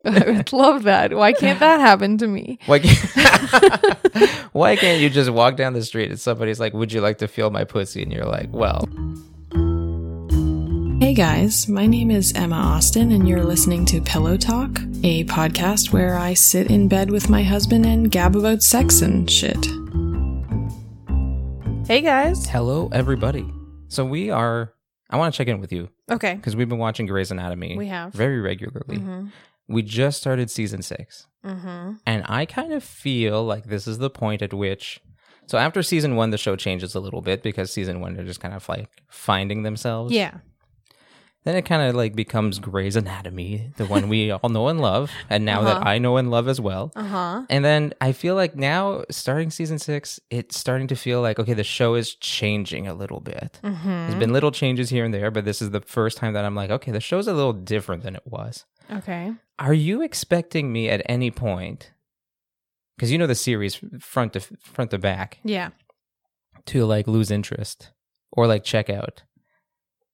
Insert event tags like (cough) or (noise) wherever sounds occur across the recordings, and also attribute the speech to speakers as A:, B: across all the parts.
A: (laughs) I would love that. Why can't that happen to me?
B: Why can't, (laughs) why can't you just walk down the street and somebody's like, Would you like to feel my pussy? And you're like, Well,
C: Hey guys, my name is Emma Austin, and you're listening to Pillow Talk, a podcast where I sit in bed with my husband and gab about sex and shit.
A: Hey guys.
B: hello, everybody. So we are, I want to check in with you
A: Okay.
B: because we've been watching Grey's Anatomy
A: We have.
B: very regularly.
A: Mhm.
B: We just started season six.
A: Mhm.
B: And I kind of feel like this is the point at which. So after season one, the show changes a little bit because season one, they're just kind of like finding themselves.
A: Yeah.
B: Then it kind of like becomes Grey's Anatomy, the one we all know and love, and now that
A: Uh-huh.
B: I know and love as well.
A: Uh-huh.
B: And then I feel like now, starting season six, it's starting to feel like okay, the show is changing a little bit.
A: Mhm.
B: There's been little changes here and there, but this is the first time that I'm like, okay, the show's a little different than it was.
A: Okay.
B: Are you expecting me at any point? Because you know the series front to front to back
A: Yeah.
B: to like lose interest or like check out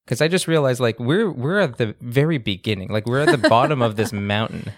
B: because i just realized like we're we're at the very beginning like we're at the bottom of this mountain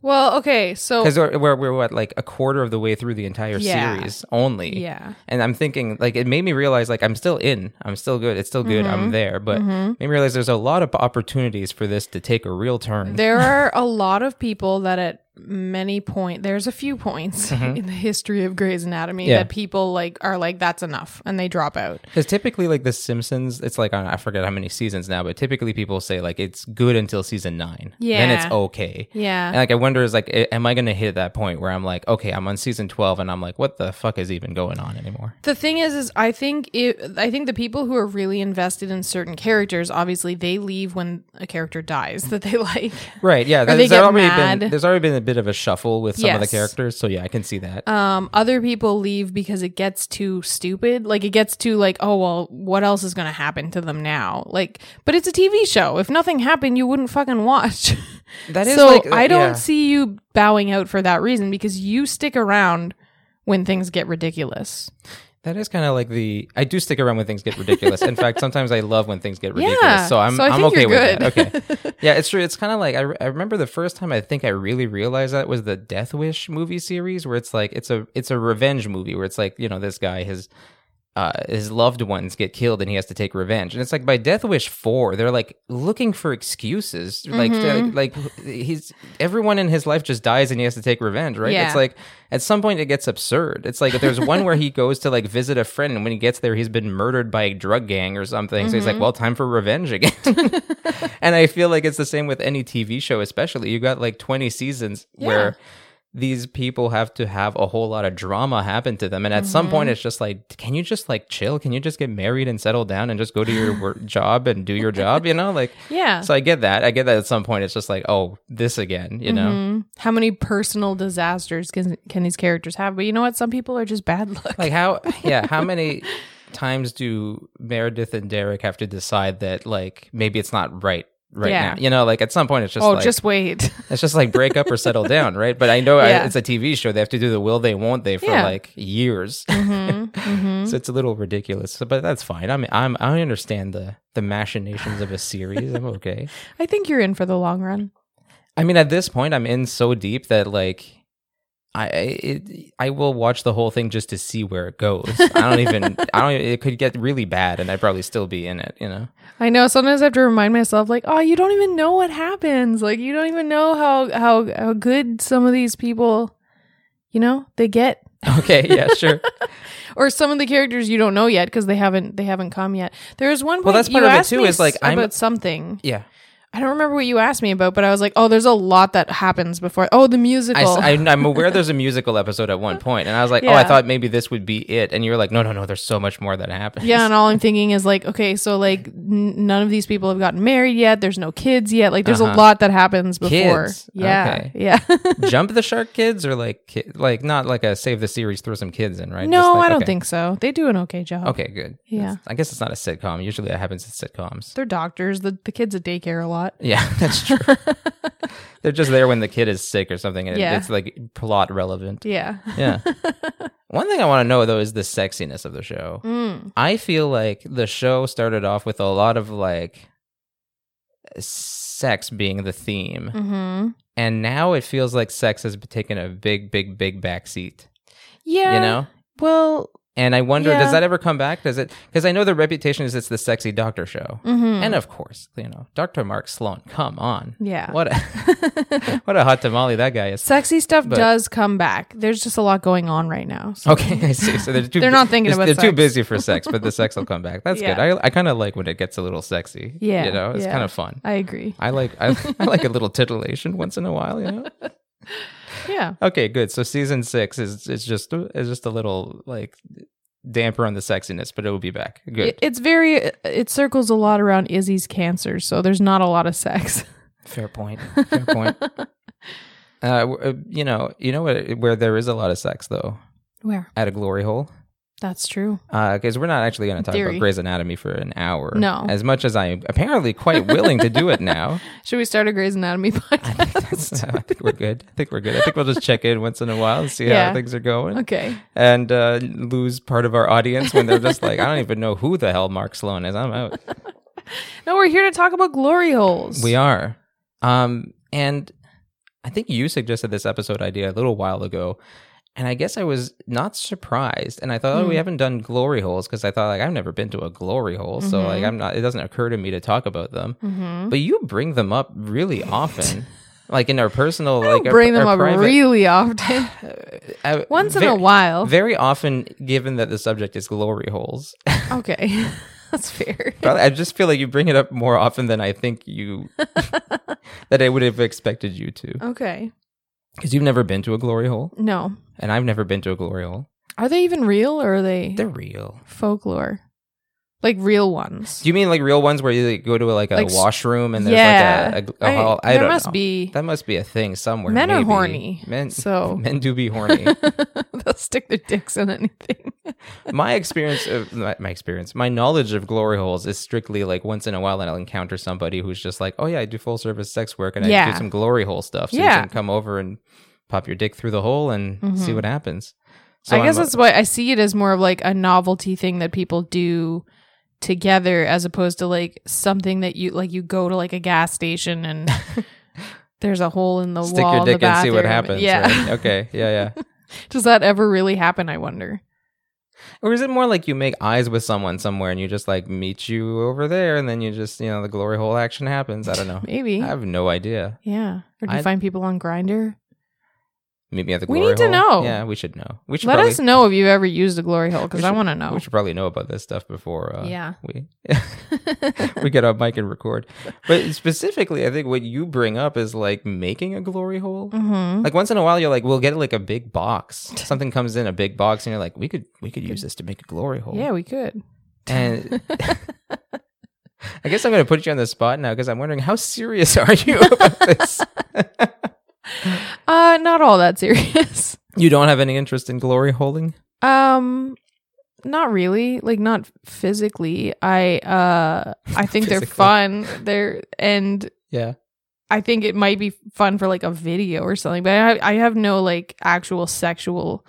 A: Well, okay. So
B: because we're, we're, we're what like a quarter of the way through the entire
A: Oh. Yeah.
B: series only
A: yeah.
B: and i'm thinking like it made me realize like i'm still in i'm still good it's still good
A: Mm-hmm.
B: i'm there but made me realize there's a lot of opportunities for this to take a real turn
A: There are a lot of people that at many point there's a few points in the history of Grey's Anatomy
B: Mm-hmm. Yeah.
A: that people like are like that's enough and they drop out.
B: because typically like the simpsons it's like I, don't know, I forget how many seasons now but typically people say like it's good until season nine then it's
A: Yeah.
B: okay
A: Yeah.
B: And like I wonder is like a- am I going to hit that point where I'm like okay I'm on season 12 and I'm like what the fuck is even going on anymore?
A: The thing is, is I think it, I think the people who are really invested in certain characters, obviously, they leave when a character dies (laughs) that they like.
B: Right, yeah,
A: they
B: there's
A: get
B: already been
A: mad.
B: there's already been a bit of a shuffle with some of the
A: Yes.
B: characters, so yeah, I can see that.
A: Um, other people leave because it gets too stupid. Like it gets too like, oh well, what else is going to happen to them now? Like, but it's a TV show. If nothing happened, you wouldn't fucking watch. (laughs)
B: That uh,
A: so I don't see you bowing out for that reason because you stick around when things get ridiculous.
B: That is kind of like the I do stick around when things get ridiculous. In fact, sometimes I love when things get ridiculous.
A: Yeah,
B: so I'm
A: so I
B: I'm
A: think
B: okay
A: you're
B: with
A: good.
B: that. Okay. yeah, it's true. It's kind of like I, re- I remember the first time I think I really realized that was the Death Wish movie series where it's like it's a it's a revenge movie where it's like, you know, this guy his uh, his loved ones get killed and he has to take revenge. And it's like by Death Wish 4, they're like looking for excuses. Like, they're like, like he's everyone in his life just dies and he has to take revenge, right?
A: Yeah.
B: It's like at some point it gets absurd. It's like there's one where he goes to like visit a friend and when he gets there, he's been murdered by a drug gang or something. So he's like, well, time for revenge again. and I feel like it's the same with any TV show, especially. You got like 20 seasons where these people have to have a whole lot of drama happen to them. And at some
A: Mm-hmm.
B: point, it's just like, can you just like chill? Can you just get married and settle down and just go
A: (laughs)
B: to your work job and do your job? You know, like,
A: (laughs) Yeah.
B: so I get that. I get that at some point, it's just like, oh, this again, you know?
A: Mm. How many personal disasters can can these characters have? But you know what? Some people are just bad (laughs) luck.
B: Like, how, yeah, how many times do Meredith and Derek have to decide that like maybe it's not right? Right
A: Yeah.
B: now, you know, like at some point, it's just
A: oh,
B: like,
A: just wait. (laughs)
B: It's just like break up or settle down, right? But I know I-
A: Yeah.
B: it's a TV show. They have to do the will they, won't they for
A: Yeah. Mm-hmm,
B: like years. (laughs) so it's a little ridiculous, So- but that's fine. I mean, I'm I understand the the machinations of a series. I'm okay.
A: I think you're in for the long run.
B: I mean, at this point, I'm in so deep that like. I I- it, I will watch the whole thing just to see where it goes. I don't even I don't it could get really bad and I'd probably still be in it, you know.
A: I know. Sometimes I have to remind myself, like, oh, you don't even know what happens. Like, you don't even know how how how good some of these people, you know, they get,
B: Okay, yeah, sure.
A: or some of the characters you don't know yet because they haven't they haven't come yet. There was one. Point
B: Well, that's part
A: you
B: of it
A: asked
B: too,
A: me
B: is, like,
A: s-
B: I'm-
A: about something.
B: Yeah.
A: I don't remember what you asked me about, but I was like, oh, there's a lot that happens before. Oh, the
B: I,
A: musical.
B: am
A: (laughs)
B: aware there's a musical episode at one point, and I was like, oh, I
A: Yeah.
B: thought maybe this would be it, and you were like, no, no, no, there's so much more that happens.
A: Yeah,
B: (laughs)
A: and all I'm thinking is like, okay, so like n- none of these people have gotten married yet. There's no kids yet. Like, there's
B: Uh-huh.
A: a lot that happens before.
B: Kids.
A: Yeah,
B: Okay.
A: (laughs) yeah.
B: Jump the shark kids, or like, ki- like not like a save the series, throw some kids in, right? Just
A: no,
B: like-
A: I don't
B: okay.
A: think so. They do an okay job.
B: Okay, good.
A: Yeah.
B: That's- I guess it's not a sitcom. Usually, that happens at sitcoms.
A: They're doctors. The the kids at daycare a lot. (laughs)
B: (laughs) Yeah, that's true. They're just there when the kid is sick or something, and it-
A: Yeah.
B: it's like plot
A: (laughs)
B: relevant.
A: Yeah.
B: Yeah. One thing I want to know though is the sexiness of the
A: Mm,
B: show. I feel like the show started off with a lot of like sex being the theme.
A: Mm-hmm.
B: And now it feels like sex has taken a big, big, big backseat,
A: Yeah.
B: you know?
A: Well.
B: And I wonder,
A: Yeah.
B: does that ever come back? Does it? Because I know the reputation is it's the sexy doctor show.
A: mhm.
B: And of course, you know, Dr. Mark Sloan, come on.
A: Yeah.
B: What a, what a hot tamale that guy
A: (laughs)
B: is.
A: Sexy stuff
B: But- Oh.
A: does come back. There's just a lot going on right now. So.
B: Okay, I see. So they're too
A: They're not thinking
B: they're-
A: about
B: They're too
A: sex.
B: busy for sex, but the sex will come back. That's
A: Yeah.
B: good. I, I kind of like when it gets a little sexy.
A: Yeah,
B: you know, it's
A: yeah.
B: kind of fun.
A: I agree.
B: I like I, (laughs) I like a little titillation once in a while. You know.
A: Yeah.
B: Okay, good. So season six is is just is just a little like damper on the sexiness, but it will be back. Good.
A: It- it's very. It circles a lot around Izzy's cancer, so there's not a lot of sex. (laughs)
B: Fair point. (laughs) Fair point. Uh, w- uh, you know, you know where, where there is a lot of sex though
A: Where?
B: at a glory hole.
A: That's true.
B: because we're not actually going to talk
A: Theory.
B: about Grey's Anatomy for an hour.
A: No.
B: as much as I'm apparently quite willing to do it now.
A: Should we start a Grey's Anatomy (laughs)
B: I think,
A: podcast?
B: (laughs) that's, (laughs) I think we're good. I think we're good. I think we'll just check in once in a while and see
A: Yeah.
B: how things are going,
A: okay.
B: and uh, lose part of our audience when they're just like, I don't even know who the hell Mark Sloan is.
A: (laughs)
B: I'm out.
A: No, we're here to talk about glory holes.
B: We are. Um, and I think you suggested this episode idea a little while ago. And I guess I was not surprised. And I thought,
A: Hmm.
B: oh, we haven't done glory holes because I thought, like, I've never been to a glory hole. So,
A: Mm-hmm.
B: like, I'm not, it doesn't occur to me to talk about them.
A: Mhm.
B: But you bring them up really often, like in our personal,
A: I don't
B: uh, like, our-
A: bring them
B: our
A: up
B: private-
A: really
B: (laughs)
A: often.
B: I-
A: Once in
B: ve-
A: a while.
B: Very often, given that the subject is glory holes.
A: okay. (laughs) that's fair.
B: Probably, I just feel like you bring it up more often than I think
A: (laughs)
B: you that I would have expected you
A: Oh.
B: to.
A: Okay.
B: Because you've never been to a glory hole,
A: No.
B: and I've never been to a glory hole.
A: Are they even real or are they
B: They're real.
A: folklore? Like real ones?
B: Do you mean like real ones where you like, go to like a
A: Like s-
B: washroom and there's like a, a, a
A: I-
B: hall? oh, I
A: there
B: don't
A: must
B: know.
A: be.
B: That must be a thing somewhere.
A: Men are
B: maybe.
A: horny,
B: Men,
A: so-
B: (laughs) men do be
A: (laughs)
B: horny.
A: They'll stick their dicks in anything.
B: my experience of my, my experience, my knowledge of glory holes is strictly like once in a while, and I'll encounter somebody who's just like, "Oh yeah, I do full service sex work, and I
A: Yeah.
B: do some glory hole stuff. So
A: Yeah.
B: you can come over and pop your dick through the hole and see
A: Mhm.
B: what happens."
A: I guess
B: I'm-
A: that's why I see it as more of like a novelty thing that people do together as opposed to like something that you like you go to like a gas station
B: (laughs)
A: and there's a hole in the
B: stick
A: wall
B: your
A: in
B: dick
A: the
B: and see
A: bathroom.
B: what happens.
A: Yeah.
B: right? Okay. Yeah. Yeah.
A: (laughs) Does that ever really happen, I wonder?
B: or is it more like you make eyes with someone somewhere and you just like meet you over there, and then you just you know the glory hole action happens? I don't know.
A: Maybe.
B: I have no idea.
A: yeah. Or do you
B: I-
A: find people on Grinder?
B: Meet me at the
A: We
B: glory
A: need to
B: hole?
A: know.
B: Yeah, we should know. We should
A: Let
B: probably,
A: us know if you've ever used a glory hole because
B: We
A: I
B: should-
A: want to know.
B: We should probably know about this stuff before. Uh,
A: Yeah.
B: we (laughs) we get on mic and record. But specifically, I think what you bring up is like making a glory hole.
A: hmm
B: Like once in a while, you're like, we'll get like a big box. Something comes in a big box, and you're like, we could we could use this to make a glory hole.
A: Yeah, we could.
B: And I guess I'm going to put you on the spot now because I'm wondering how serious are you about this?
A: Uh, not all that serious.
B: You don't have any interest in glory holing.
A: Um not really. Like not physically. I uh
B: (laughs)
A: I think they're
B: Physically.
A: fun. They're and
B: Yeah.
A: I think it might be fun for like a video or something, but I I have no like actual sexual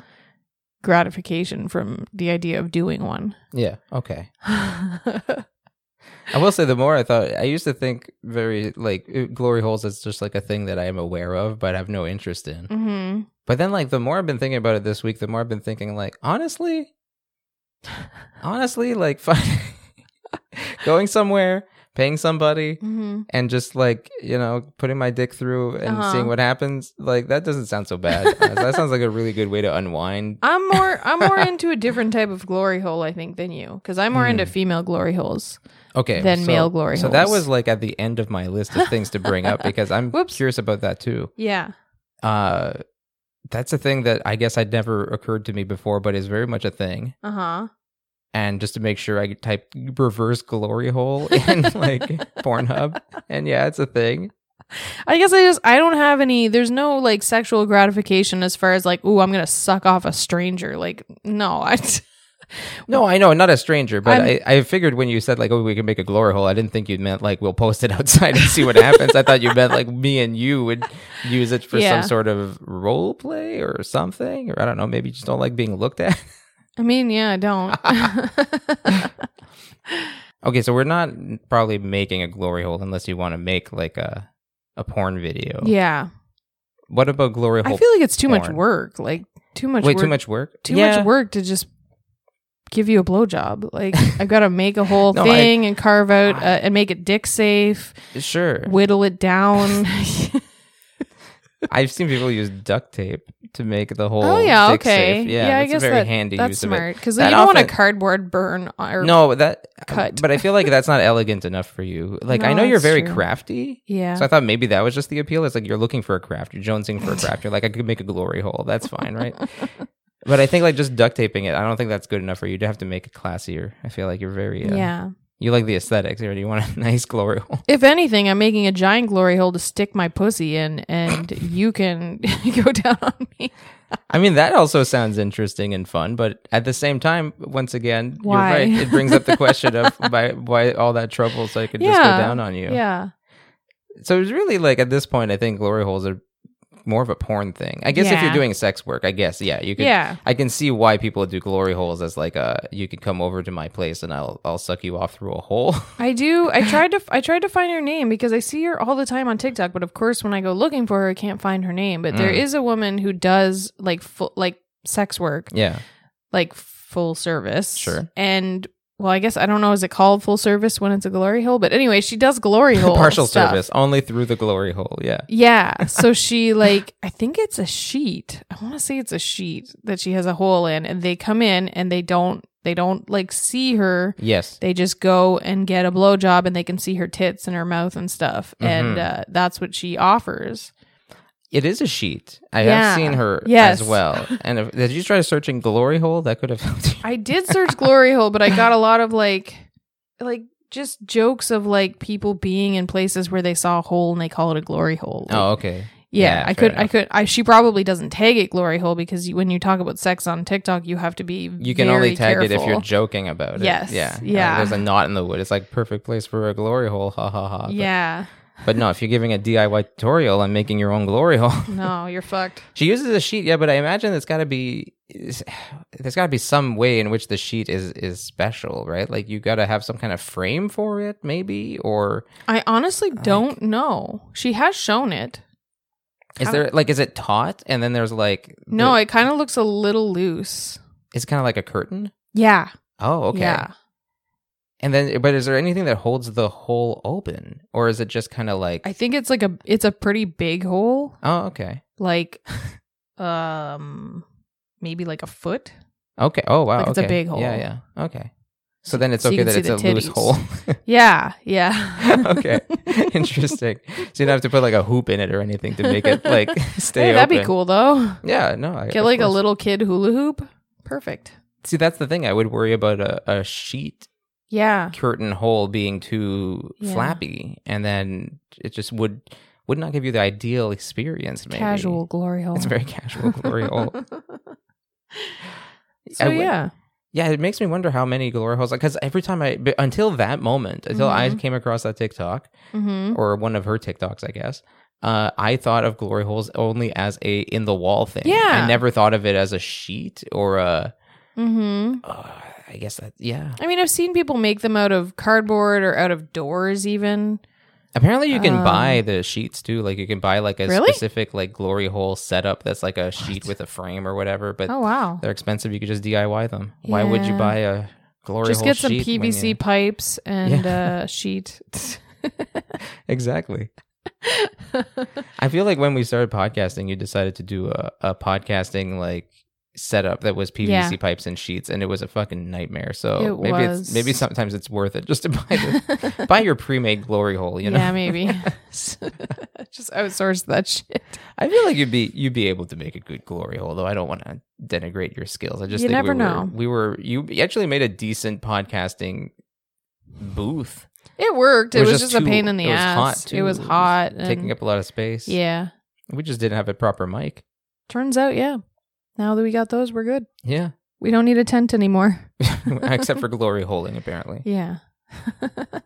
A: gratification from the idea of doing one. (laughs) Mm-hmm.
B: Yeah. Okay. I will say the more I thought, I used to think very like uh, glory holes is just like a thing that I am aware of, but have no interest in.
A: hmm
B: But then, like, the more I've been thinking about it this week, the more I've been thinking, like, honestly, honestly, like, (laughs) fi- going somewhere, paying somebody,
A: hmm
B: and just like, you know, putting my dick through and
A: Uh-huh.
B: seeing what happens, like, that doesn't sound so bad.
A: (laughs)
B: that sounds like a really good way to unwind.
A: I'm more I'm
B: (laughs)
A: more into a different type of glory hole I think than you cuz I'm more into
B: Hmm.
A: female glory holes.
B: Okay.
A: Than male glory
B: So that
A: holes.
B: was like at the end of my list of things to bring up because I'm
A: (laughs) Whoops.
B: curious about that too.
A: Yeah.
B: uh that's a thing that I guess had never occurred to me before, but is very much a thing.
A: Uh-huh.
B: And just to make sure, I typed reverse glory hole (laughs) in like Pornhub, and yeah, it's a thing.
A: I guess I just I don't have any. There's no like sexual gratification as far as like, ooh, I'm gonna suck off a stranger. Like, no, (laughs) I.
B: No, I know, not a stranger, but
A: I'm-
B: I, I figured when you said like, oh, we can make a glory hole, I didn't think you meant like we'll post it (laughs) outside and see what happens. I thought you meant like me and you would use it for
A: Yeah.
B: some sort of role play or something, or I don't know, maybe you (laughs) just don't like being looked at.
A: I mean, yeah, I don't.
B: (laughs) Okay, so we're not probably making a glory hole unless you want to make like a a porn video.
A: (laughs) Yeah.
B: What about glory hole?
A: I feel like it's too much
B: porn.
A: work. Like too much
B: Wait,
A: work.
B: too much work.
A: too
B: Yeah.
A: much work to just give you a blowjob.
B: (laughs)
A: Like I've got to make a whole
B: No, I-
A: thing and carve
B: (sighs)
A: out uh, and make it dick safe,
B: Sure.
A: whittle it
B: (laughs)
A: down. (laughs)
B: I've seen people use duct tape to make the whole.
A: oh yeah,
B: dick
A: okay.
B: safe. Yeah,
A: I
B: that's
A: guess
B: a very
A: that-
B: handy
A: that's
B: use
A: smart because you
B: That
A: don't want
B: often-
A: a cardboard burn
B: of
A: or
B: it. No, that
A: Cut.
B: But I feel like that's not elegant enough for you. Like I
A: No,
B: know you're
A: that's
B: very
A: true.
B: crafty.
A: Yeah.
B: So I thought maybe that was just the appeal. It's like you're looking for a craft. You're
A: (laughs)
B: jonesing for a craft. You're like, I could make a glory hole. That's fine, right? but I think like just duct taping it, I don't think that's good enough for you. You'd have to make it classier. I feel like you're very uh,
A: yeah.
B: You like the aesthetics, or do you want a (laughs) nice glory hole?
A: If anything, I'm making a giant glory hole to stick my pussy in,
B: (laughs)
A: and you can (laughs) go down on me.
B: I mean, that also sounds interesting and fun, but at the same time, once again,
A: Why?
B: you're right. It brings up the
A: (laughs)
B: question of why, why all that trouble so I could just go
A: Yeah.
B: down on you.
A: Yeah.
B: So it's really like at this point, I think glory holes are more of a porn thing. I guess if you're
A: Yeah.
B: doing sex work, I guess yeah, you could.
A: Yeah.
B: I can see why people do glory holes as like a you could come over to my place and I'll I'll suck you off through a hole. (laughs)
A: I do. I tried to. I tried to find her name because I see her all the time on TikTok. But of course, when I go looking for her, I can't find her name. But there
B: Mm.
A: is a woman who does like full, like sex work,
B: yeah,
A: like full service.
B: Sure.
A: And well, I guess I don't know. Is it called full service when it's a glory hole? But anyway, she does glory hole
B: (laughs) partial
A: stuff.
B: service only through the glory hole. Yeah,
A: Yeah. So she like I think it's a sheet. I want to say it's a sheet that she has a hole in, and they come in and they don't they don't like see her.
B: yes,
A: They just go and get a blowjob, and they can see her tits and her mouth and stuff,
B: Mhm.
A: and uh, that's what she offers.
B: it is a sheet. I have
A: Yeah.
B: seen her
A: Yes.
B: as
A: (laughs)
B: well. And if, did you try searching glory hole? That could have helped. you.
A: I did search glory hole, but I got a lot of like like just jokes of like people being in places where they saw a hole and they call it a glory hole. Like, (laughs)
B: Oh, okay.
A: Yeah,
B: Yeah,
A: I
B: fair
A: could, I
B: enough.
A: could, I she probably doesn't tag it glory hole because you, when you talk about sex on TikTok, you have to be
B: You can
A: very
B: only tag it if you're
A: careful.
B: joking about it.
A: Yes,
B: Yeah. Like,
A: yeah.
B: there's a knot in the wood. It's like perfect place for a glory hole. Ha ha ha. But-
A: yeah,
B: But no, if you're giving a DIY tutorial on making your own glory hole, (laughs)
A: no, you're fucked.
B: she uses a sheet. Yeah, but I imagine there's got to be is- there's got to be some way in which the sheet is is special, right? Like you got to have some kind of frame for it, maybe, or
A: I honestly don't know. She has shown it.
B: is there like is it taut and then there's like
A: No,
B: the-
A: it kind of looks a little loose.
B: it's kind of like a curtain.
A: Yeah.
B: Oh, okay.
A: Yeah.
B: And then, but is there anything that holds the hole open, or is it just kind of like?
A: I think it's like a it's a pretty big hole,
B: oh, okay,
A: like (laughs) um maybe like a
B: (laughs)
A: foot.
B: okay. Oh, wow.
A: Like, it's a
B: okay.
A: big hole.
B: Yeah, yeah. Okay. So then it's
A: so you
B: okay
A: can
B: that
A: see
B: it's a
A: the
B: loose
A: titties.
B: hole. (laughs)
A: Yeah, yeah. (laughs)
B: okay, interesting. So you don't have to put like a hoop in it or anything to make
A: (laughs)
B: it like stay.
A: Hey, that'd be
B: open.
A: cool though.
B: Yeah, no. I,
A: Get
B: of
A: like a
B: course.
A: little kid hula hoop. Perfect.
B: See, that's the thing. I would worry about a, a sheet
A: Yeah.
B: curtain hole being too
A: Uh-huh. Yeah.
B: flappy, and then it just would would not give you the ideal experience. Maybe
A: Casual glory hole.
B: It's very casual
A: (laughs)
B: glory hole.
A: so
B: would-
A: yeah.
B: Yeah, it makes me wonder how many glory holes. Because every time I, but until that moment, until I came across that TikTok
A: Mm-hmm.
B: or one of her TikToks, I guess, uh, I thought of glory holes only as a in the wall thing.
A: Yeah.
B: I never thought of it as a sheet or a.
A: Mm-hmm.
B: Uh, I guess that yeah.
A: I mean, I've seen people make them out of cardboard or out of doors, even.
B: Apparently, you can
A: Um,
B: buy the sheets too. Like you can buy like a
A: Really?
B: specific like glory hole setup that's like a sheet with a frame or whatever. But
A: Oh wow!
B: they're expensive. You could just DIY them. Why would you
A: Yeah.
B: buy a glory
A: Just
B: hole?
A: get some
B: sheet when
A: PVC
B: you-
A: pipes and
B: (laughs)
A: uh, sheet. (laughs)
B: Exactly. I feel like when we started podcasting, you decided to do a, a podcasting like setup that was PVC
A: Yeah.
B: pipes and sheets, and it was a fucking nightmare. So
A: It
B: maybe it's
A: was.
B: maybe sometimes it's worth it just to buy
A: (laughs)
B: the, buy your pre-made glory hole. You know,
A: Yeah, maybe.
B: (laughs)
A: (laughs) Just outsource that shit.
B: I feel like you'd be you'd be able to make a good glory hole, though. I don't want to denigrate your skills. I just
A: You
B: think
A: never
B: we were,
A: know.
B: We were you actually made a decent podcasting booth.
A: It worked. It, was, just, a
B: too-
A: pain in the
B: it was hot,
A: ass. it
B: too.
A: was hot.
B: taking
A: and-
B: up a lot of space.
A: Yeah.
B: we just didn't have a proper mic.
A: Turns out, yeah. Now that we got those, we're good.
B: Yeah.
A: (laughs) We don't need a tent anymore.
B: except for glory holing apparently
A: Yeah.
B: do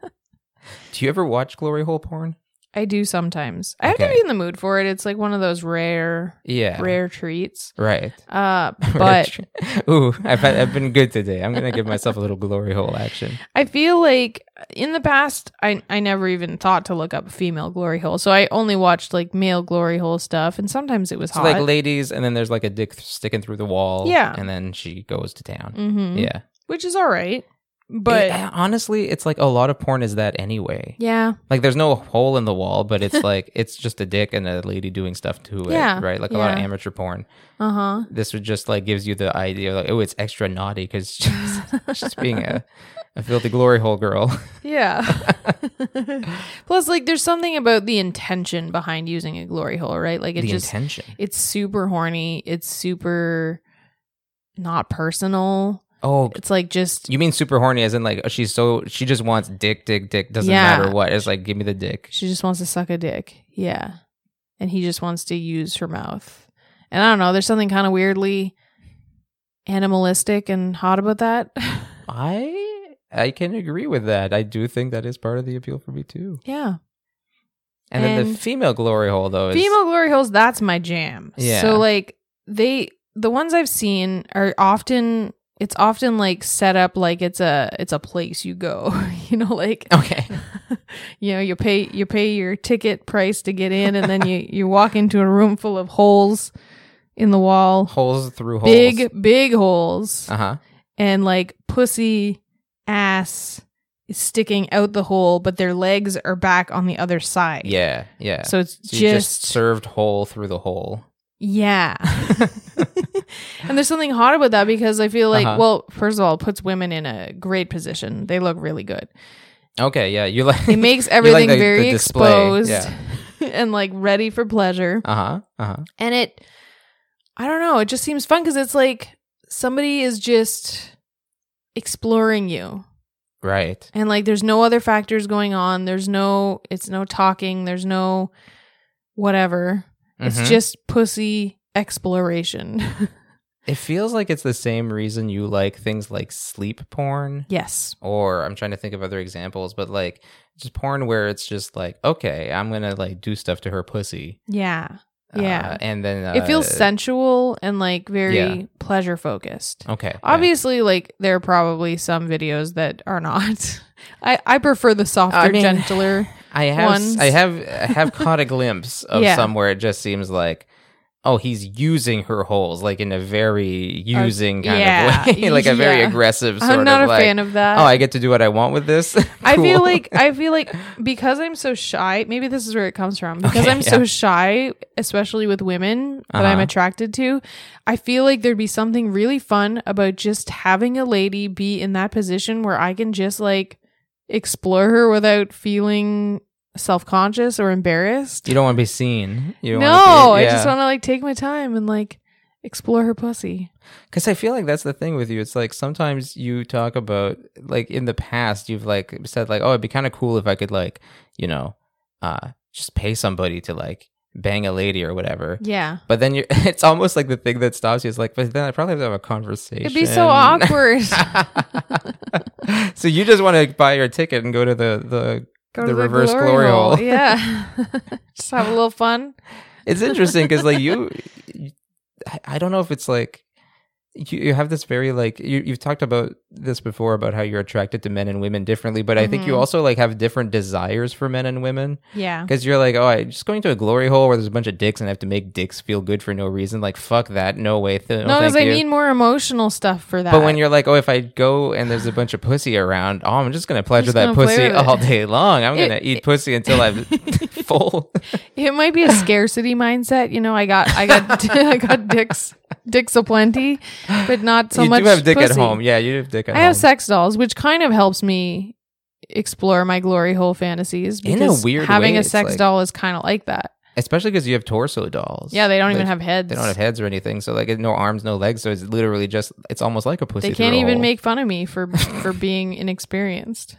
B: you ever watch glory hole porn
A: I do sometimes. I have
B: Okay.
A: to be in the mood for it. It's like one of those rare,
B: Yeah.
A: rare treats.
B: Right. (laughs)
A: Uh, but
B: ooh, I've, had- I've been good today. I'm gonna give myself a little glory hole action.
A: I feel like in the past, I I never even thought to look up female glory hole, so I only watched like male glory hole stuff, and sometimes it was
B: So
A: hot.
B: like ladies, and then there's like a dick th- sticking through the wall.
A: Yeah.
B: and then she goes to town.
A: mm-hmm.
B: Yeah,
A: which is all right, but
B: It- honestly, it's like a lot of porn is that anyway.
A: yeah,
B: Like there's no hole in the wall,
A: (laughs)
B: but it's like it's just a dick and a lady doing stuff to
A: Yeah,
B: it, right? Like a lot of
A: yeah.
B: amateur porn.
A: uh huh.
B: This would just like gives you the idea, like oh, it's extra naughty because
A: (laughs)
B: she's, she's being a, a filthy glory hole (laughs) girl.
A: Yeah. Plus, like, there's something about the intention behind using a glory hole, right? Like, it
B: the
A: just
B: intention.
A: it's super horny. It's super not personal.
B: Oh,
A: It's like just
B: you mean super horny as in like oh, she's so she just wants dick, dick, dick. Doesn't
A: Yeah.
B: matter what. It's like give me the dick.
A: she just wants to suck a dick. Yeah, and he just wants to use her mouth. And I don't know. There's something kind of weirdly animalistic and hot about that. (laughs)
B: I I can agree with that. I do think that is part of the appeal for me too.
A: yeah,
B: And, then the
A: And-
B: female glory hole though is
A: female glory holes. That's my jam.
B: Yeah.
A: So like they the ones I've seen are often it's often like set up like it's a it's a place you go. (laughs) you know, like
B: (laughs) Okay.
A: you know you pay you pay your ticket price to get in and then you you walk into a room full of holes in the wall
B: Holes through holes.
A: big big holes
B: Uh huh.
A: and like pussy ass is sticking out the hole but their legs are back on the other side
B: Yeah. Yeah.
A: so it's
B: So you just,
A: just,
B: served hole through the
A: (laughs)
B: hole. (laughs)
A: yeah and there's something hot about that because i feel like
B: Uh-huh.
A: well first of all it puts women in a great position they look really good
B: Okay. Yeah. You like (laughs)
A: it makes
B: you like
A: everything
B: the- the
A: very
B: display.
A: exposed (laughs)
B: Yeah.
A: and like ready for pleasure
B: Uh huh. Uh huh.
A: and it i don't know it just seems fun because it's like somebody is just exploring you
B: Right.
A: and like there's no other factors going on there's no it's no talking there's no whatever
B: Mhm.
A: it's just pussy exploration (laughs)
B: It feels like it's the same reason you like things like sleep porn.
A: yes
B: or I'm trying to think of other examples, but like just porn where it's just like, okay, I'm gonna like do stuff to her pussy.
A: yeah Yeah.
B: Uh, and then uh,
A: it feels sensual and like very
B: yeah.
A: pleasure focused
B: Okay,
A: obviously like there are probably some videos that are not (laughs) i i prefer the softer
B: I mean-
A: gentler
B: yeah. I have
A: ones.
B: I have I have
A: (laughs)
B: caught a glimpse of
A: Yeah.
B: somewhere it just seems like. Oh, he's using her holes like in a very using kind
A: yeah,
B: of way, (laughs) like a very
A: yeah.
B: aggressive (laughs) sort
A: i'm not
B: of
A: a
B: like.
A: fan of that
B: oh, I get to do what I want with this. (laughs)
A: I feel
B: Cool.
A: like I feel like because I'm so shy, maybe this is where it comes from. Because
B: Okay,
A: I'm
B: yeah.
A: so shy, especially with women that I'm
B: Uh-huh.
A: attracted to, I feel like there'd be something really fun about just having a lady be in that position where I can just like explore her without feeling self-conscious or embarrassed.
B: you don't want to be seen. You
A: No,
B: don't wanna be,
A: I just want to like take my time and like explore her pussy.
B: Because I feel like that's the thing with you. It's like sometimes you talk about like in the past you've like said like oh it'd be kind of cool if I could like you know uh just pay somebody to like bang a lady or whatever.
A: Yeah.
B: But then you (laughs) it's almost like the thing that stops you is like but then I probably have to have a conversation.
A: It'd be so awkward.
B: (laughs) so you just want to buy your ticket and go to the the.
A: Go to
B: The reverse glory hole. (laughs)
A: Yeah. (laughs) just have a little fun.
B: It's interesting because like you, I, I don't know if it's like. You, you have this very like you, you've talked about this before about how you're attracted to men and women differently but i think you
A: Mhm.
B: also like have different desires for men and women
A: Yeah.
B: because you're like oh i just going to a glory hole where there's a bunch of dicks and i have to make dicks feel good for no reason like fuck that no way th-
A: No,
B: thank
A: because I
B: you.
A: need more emotional stuff for that.
B: but when you're like oh if i go and there's a bunch of pussy around oh i'm just gonna pleasure
A: Just
B: that
A: gonna play
B: pussy
A: with it.
B: all day long i'm
A: It-
B: gonna eat pussy until i'm (laughs) full
A: it might
B: (laughs)
A: be a scarcity mindset. You know, I got, I got, (laughs) I got dicks, dicks aplenty, but not (laughs) so
B: you
A: much.
B: do have dick at
A: pussy.
B: home yeah you have dick at
A: I
B: home
A: have sex dolls, which kind of helps me explore my glory hole fantasies.
B: In a
A: because
B: weird
A: having
B: way,
A: a
B: it's
A: sex
B: like-
A: doll is kind of like that.
B: especially because you have torso dolls.
A: Yeah, they don't
B: Like,
A: even have heads.
B: They don't have heads or anything, so like no arms, no legs. So it's literally just it's almost like a pussy.
A: They can't
B: through a
A: even
B: hole. (laughs)
A: make fun of me for for being inexperienced.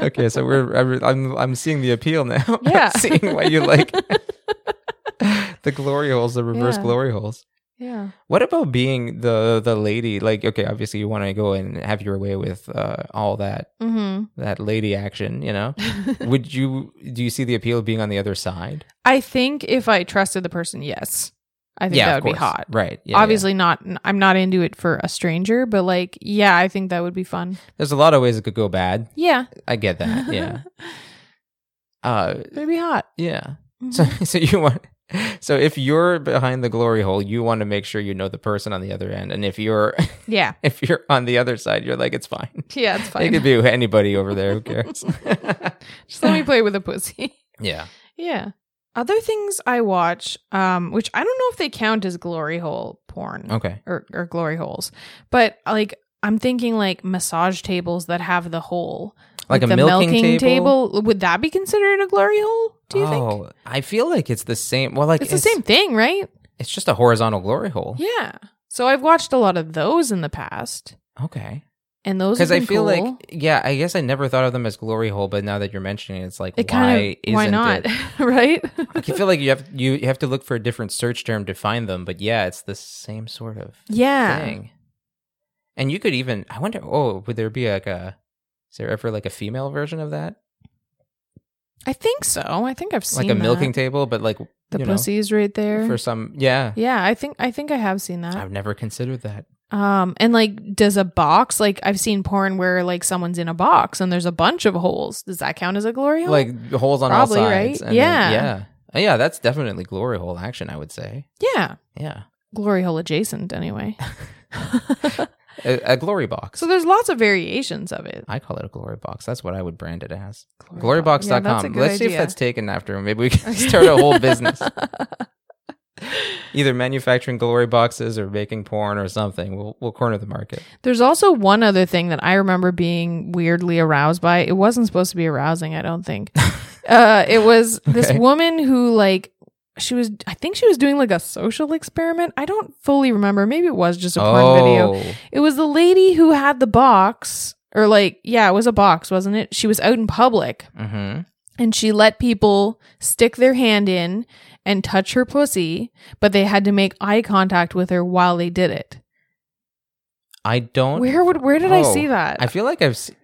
B: okay, so we're I'm- I'm I'm seeing the appeal now. (laughs)
A: Yeah. (laughs)
B: seeing why you like (laughs) the glory holes, the reverse
A: Yeah.
B: glory holes.
A: Yeah.
B: What about being the the lady? Like, okay, obviously you want to go and have your way with uh, all that (laughs)
A: Mm-hmm.
B: that lady action, you know? Would you do you see the appeal of being on the other side?
A: I think if I trusted the person, yes. I think that
B: of
A: would be
B: course.
A: hot.
B: Right. yeah, yeah.
A: Obviously not I'm not into it for a stranger, but like yeah, I think that would be fun. Uh,
B: There's a lot of ways it could go bad.
A: Yeah.
B: I get
A: (laughs)
B: that. Yeah. uh
A: It'd be hot.
B: yeah.
A: mm-hmm.
B: So (laughs) so you want so if you're behind the glory hole, you want to make sure you know the person on the other end. And if you're (laughs)
A: Yeah.
B: if you're on the other side, you're like, it's fine.
A: Yeah,
B: (laughs)
A: it's
B: It
A: fine.
B: could be anybody over there.
A: (laughs)
B: Who cares?
A: Just
B: (laughs)
A: let me play with a pussy. (laughs)
B: yeah.
A: yeah. Other things I watch, um, which I don't know if they count as glory hole porn
B: Okay.
A: or, or glory holes, but like I'm thinking like massage tables that have the hole,
B: Like a
A: the
B: milking table?
A: Would that be considered a glory hole? Do you think?
B: Oh, I feel like it's Oh. the same. Well, like
A: It's, the same thing, right?
B: It's just a horizontal glory hole.
A: Yeah. So I've watched a lot of those in the past,
B: Okay.
A: and those
B: Because
A: because
B: I feel like, yeah, I guess I never thought of them as glory hole, but now that you're mentioning it, it's like,
A: it
B: why
A: kind of
B: isn't
A: why not (laughs)
B: it?
A: right?
B: Like, I feel like you have you have to look for a different search term to find them, but yeah, it's the same sort of
A: yeah.
B: thing. And you could even, I wonder, oh, would there be like a, is there ever like a female version of that,
A: I think so. I think I've seen
B: like a
A: that.
B: milking table, but like
A: The
B: you know,
A: pussy is right there.
B: for some, yeah,
A: yeah, I think I think I have seen that.
B: I've never considered that.
A: Um, and like, does a box like I've seen porn where like someone's in a box and there's a bunch of holes. Does that count as a glory hole?
B: Like the holes on
A: Probably,
B: all
A: right?
B: sides. and then-
A: Yeah.
B: yeah. Uh, Yeah, that's definitely glory hole action, I would say.
A: yeah,
B: Yeah.
A: glory hole adjacent anyway.
B: A, a glory box.
A: so there's lots of variations of it.
B: I call it a glory box. That's what I would brand it as.
A: Glory box. Yeah,
B: Glorybox.com.
A: that's a good
B: Let's see if
A: idea.
B: that's taken after. Maybe
A: (laughs)
B: we can start a whole business. Either manufacturing glory boxes or making porn or something. We'll, we'll corner the market.
A: There's also one other thing that I remember being weirdly aroused by. It wasn't supposed to be arousing, I don't
B: (laughs)
A: think. uh, it was this
B: Okay.
A: woman who, like, she was, I think she was doing like a social experiment. I don't fully remember. Maybe it was just a porn
B: Oh.
A: video. It was the lady who had the box, or like, yeah, it was a box, wasn't it? She was out in public
B: Mm-hmm.
A: and she let people stick their hand in and touch her pussy, but they had to make eye contact with her while they did it.
B: I don't.
A: Where would where did I
B: Oh,
A: see that?
B: I feel like I've. Se-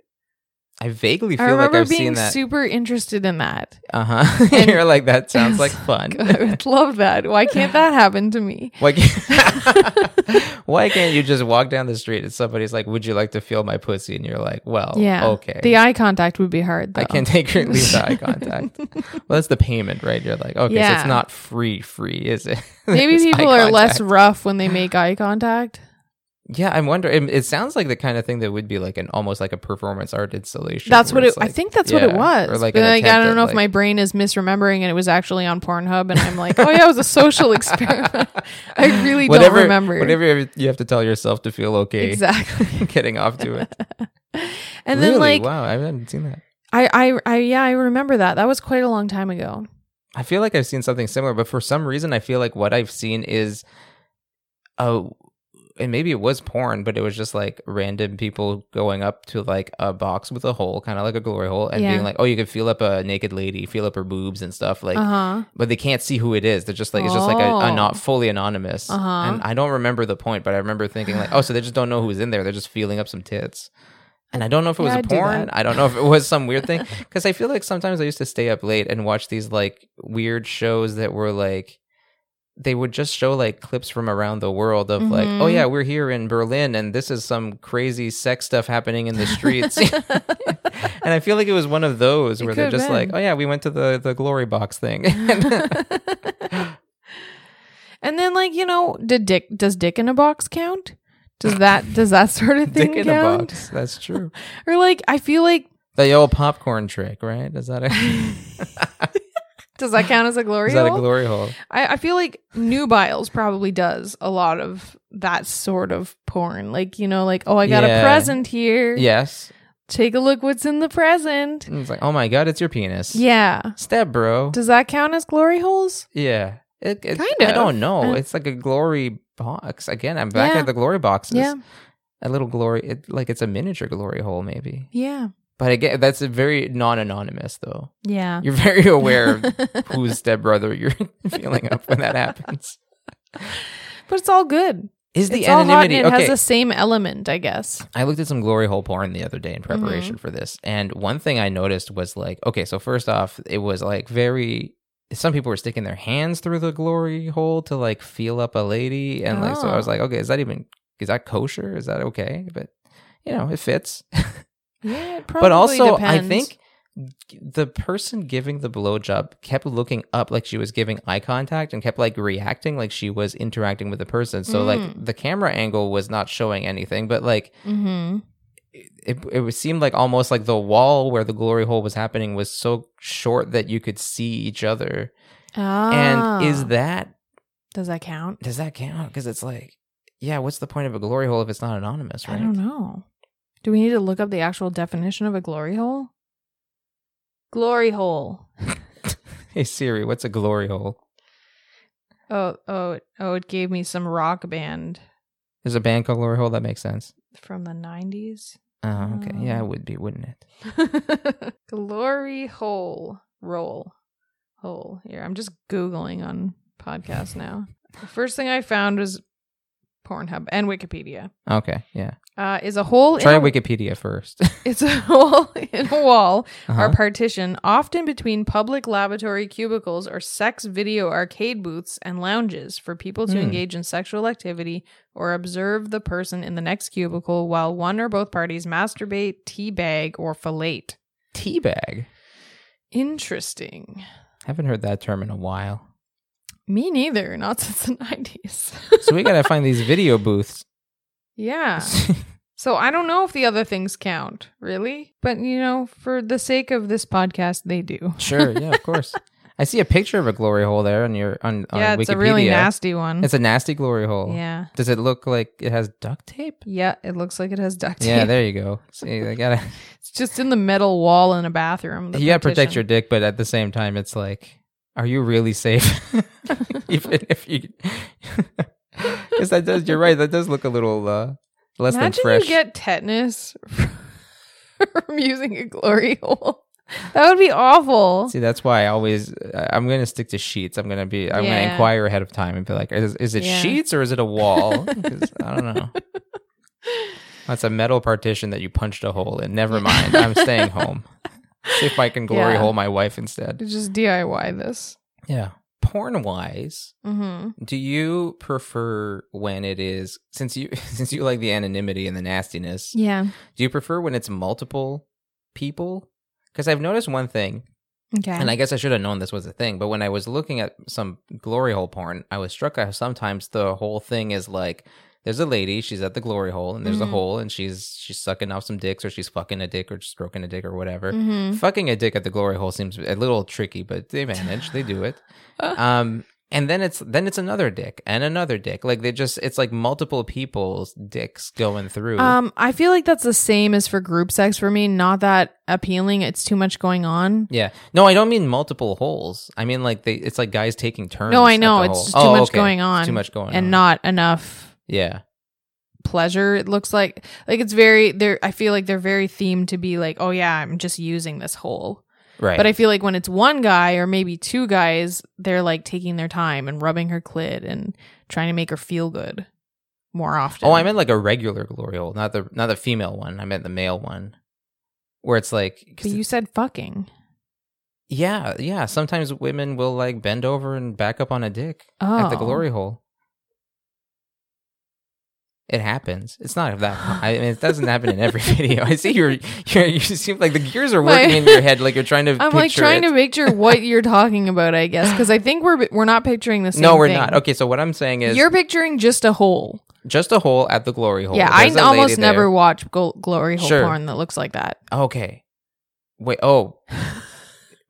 B: I vaguely
A: I
B: feel like
A: remember
B: I've
A: being
B: seen that.
A: super interested in that. (laughs)
B: uh huh.
A: and-
B: (laughs) You're like that sounds
A: (laughs)
B: like
A: It's
B: fun.
A: I would love that. Why can't that happen to me?
B: Why can't, (laughs) why can't you just walk down the street and somebody's like, "Would you like to feel my pussy?" And you're like, "Well,
A: Yeah.
B: Oh, okay,
A: The eye contact would be hard. Though.
B: I (laughs) can take or
A: (laughs)
B: leave the eye contact." well, that's the payment, right? You're like, "Okay, so
A: Yeah.
B: it's not free, free, is it?" (laughs)
A: Maybe
B: It's eye
A: people are less
B: contact.
A: rough when they make eye
B: (sighs)
A: contact.
B: Yeah, I'm wondering. It, it sounds like the kind of thing that would be like an almost like a performance art installation.
A: That's
B: where
A: what it.
B: it's like-
A: I think that's what it
B: yeah,
A: was.
B: Or like,
A: but
B: an
A: then, like, I
B: attempt
A: don't
B: at,
A: know if
B: like- (laughs)
A: my brain is misremembering and it was actually on Pornhub, and I'm like, oh yeah, it was a social
B: (laughs)
A: experiment. (laughs) I really don't remember.
B: Whatever you have to tell yourself to feel okay,
A: Exactly.
B: (laughs) getting off to it.
A: (laughs) And
B: really?
A: then like
B: wow, I haven't seen that.
A: I, I I yeah I remember that. That was quite a long time ago.
B: I feel like I've seen something similar, but for some reason, I feel like what I've seen is, oh, and maybe it was porn, but it was just like random people going up to like a box with a hole, kind of like a glory hole, and
A: Yeah.
B: being like, oh, you can feel up a naked lady, feel up her boobs and stuff, like,
A: Uh huh.
B: but they can't see who it is. They're just like it's just like a, a
A: Oh.
B: not fully anonymous,
A: Uh-huh.
B: and I don't remember the point, but I remember thinking like, oh, so they just don't know who's in there. They're just feeling up some tits. And I don't know if it was
A: Yeah,
B: a
A: I'd do
B: porn.
A: that.
B: I don't know if it was some weird thing. Because I feel like sometimes I used to stay up late and watch these like weird shows that were like, they would just show like clips from around the world of like, oh
A: Mhm.
B: yeah, we're here in Berlin and this is some crazy sex stuff happening in
A: (laughs)
B: the streets. (laughs) and I feel like it was one of those
A: It
B: where they're
A: could've
B: just like,
A: been.
B: oh yeah, we went to the, the glory box thing. (laughs)
A: And then like, you know, did dick does dick in a box count? Does that does that sort of thing
B: (laughs) Dick in a
A: count?
B: box. That's true.
A: Or like I feel like
B: the old popcorn trick, right? Is that a, (laughs)
A: does that count as a glory
B: is that a
A: hole?
B: glory hole?
A: I, I feel like Nubiles probably does a lot of that sort of porn. Like, you know, like, oh I got
B: Yeah.
A: a present here.
B: Yes.
A: Take a look what's in the present.
B: And it's like, oh my god, it's your penis.
A: Yeah.
B: Step, bro.
A: Does that count as glory holes?
B: yeah. It, it-
A: Kind
B: I
A: of.
B: don't know.
A: Uh,
B: it's like a glory box. Again, I'm back
A: Yeah.
B: at the glory boxes.
A: Yeah.
B: A little glory, it, like it's a miniature glory hole, maybe.
A: Yeah.
B: But again, that's a very non-anonymous though.
A: Yeah.
B: You're very (laughs) aware of whose stepbrother you're feeling up when that happens.
A: (laughs) But it's all good.
B: Is the
A: it's all hot and
B: anonymity
A: it
B: okay?
A: has the same element, I guess.
B: I looked at some glory hole porn the other day in
A: Mm-hmm.
B: preparation for this, and one thing I noticed was like, okay, so first off, it was like very. Some people were sticking their hands through the glory hole to like feel up a lady, and like so I was
A: Oh.
B: like, okay, is that even is that kosher? Is that okay? But you know, it fits.
A: Yeah, it probably
B: but also, I
A: depends.
B: think the person giving the blowjob kept looking up like she was giving eye contact and kept like reacting like she was interacting with the person. So like
A: Mm.
B: the camera angle was not showing anything, but like
A: hmm
B: it, it was- seemed like almost like the wall where the glory hole was happening was so short that you could see each other.
A: Ah.
B: And is that
A: does that count?
B: does that count? Because it's like, yeah, what's the point of a glory hole if it's not anonymous, right?
A: I don't know. Do we need to look up the actual definition of a glory hole? Glory hole.
B: (laughs) Hey Siri, what's a glory hole?
A: Oh, oh, oh! It gave me some rock band
B: There's a band called Glory Hole. That makes sense.
A: from the nineties. (laughs)
B: Oh, okay. Yeah, it
A: Um.
B: would be, wouldn't it?
A: glory hole roll hole. Here, I'm just googling on podcasts now. The first thing I found was Pornhub and Wikipedia.
B: Okay. Yeah.
A: Uh, is a hole
B: Try
A: in a,
B: Wikipedia (laughs) Uh-huh. 1st
A: (laughs) it's a hole in a wall or partition, often between public lavatory cubicles or sex video arcade booths and lounges for people to
B: Hmm.
A: engage in sexual activity or observe the person in the next cubicle while one or both parties masturbate, teabag, or fellate.
B: Teabag.
A: Interesting.
B: Haven't heard that term in a while.
A: Me neither, not (laughs) since the 90s.
B: So we gotta find these video booths.
A: (laughs) yeah.
B: (laughs)
A: So I don't know if the other things count, really. But, you know, for the sake of this podcast, they do.
B: sure. Yeah. Of course. I see a picture of a glory hole there on your on, on
A: yeah,
B: Wikipedia.
A: it's a really nasty one.
B: It's a nasty glory hole.
A: yeah.
B: Does it look like it has
A: (laughs)
B: duct tape?
A: Yeah, it looks like it has duct tape.
B: Yeah, there you go. See, I gotta
A: It's just in the metal wall in a bathroom. (laughs) the
B: you gotta protect your
A: partition.
B: dick, but at the same time, it's like, are you
A: (laughs)
B: really safe? (laughs) Even if you, (laughs) because that does. You're right. That does look a little uh, less
A: Imagine
B: than fresh.
A: you get tetanus (laughs) from using a glory hole. That would be awful.
B: See, that's why I always I- I'm gonna stick to sheets. I'm gonna be I'm gonna
A: Yeah.
B: inquire ahead of time and be like, is, is it
A: Yeah.
B: sheets or is it a
A: (laughs)
B: wall? 'Cause I don't know. That's a metal partition that you punched a hole
A: (laughs)
B: in. Never mind. I'm staying home. See if I can glory
A: Yeah.
B: hole my wife instead.
A: Just DIY this.
B: Yeah. Porn wise,
A: Mm-hmm.
B: Do you prefer when it is since you (laughs) since you like the anonymity and the nastiness?
A: Yeah.
B: Do you prefer when it's multiple people? Because I've noticed one thing,
A: Okay.
B: and I guess I should have known this was a thing. But when I was looking at some glory hole porn, I was struck by how sometimes the whole thing is like there's a lady, she's at the glory hole, and there's a
A: Mhm.
B: hole, and she's she's sucking off some dicks, or she's fucking a dick, or stroking a dick, or whatever.
A: mm-hmm.
B: Fucking a dick at the glory hole seems a little tricky, but they manage. They do it.
A: (laughs) Uh.
B: Um, and then it's then it's another dick and another dick. Like they just it's like multiple people's dicks going through.
A: Um, I feel like that's the same as for group sex for me. Not that appealing. It's too much going on.
B: yeah. No, I don't mean multiple holes. I mean like they it's like guys taking turns.
A: No, I
B: at
A: know
B: the
A: it's
B: hole.
A: just too
B: Oh,
A: much
B: okay.
A: going
B: It's
A: on.
B: too much going on.
A: and not enough
B: Yeah.
A: pleasure it looks like like it's very they're i feel like they're very themed to be like oh yeah i'm just using this hole
B: Right.
A: but i feel like when it's one guy or maybe two guys they're like taking their time and rubbing her clit and trying to make her feel good more often
B: Oh, I meant like a regular glory hole, not the not the female one. I meant the male one. Where it's like 'cause
A: but you said fucking
B: Yeah, yeah. Sometimes women will like bend over and back up on a dick at the
A: Oh.
B: glory hole. It happens. It's not that.
A: (gasps)
B: I mean, it doesn't happen in every (laughs) video. I see you're, you're you seem like the gears are working
A: My-
B: in your head, like you're trying to.
A: (laughs) i'm like
B: picture
A: trying
B: it.
A: to picture
B: (laughs)
A: what you're talking about i guess because i think we're we're not picturing the same
B: No, we're
A: thing.
B: not. Okay, so what I'm saying is
A: you're picturing just a hole
B: just a hole at the glory hole.
A: yeah i
B: There's a
A: almost
B: lady there.
A: never watch gol- glory hole
B: Sure.
A: porn that looks like that
B: Okay, wait. Oh,
A: (laughs)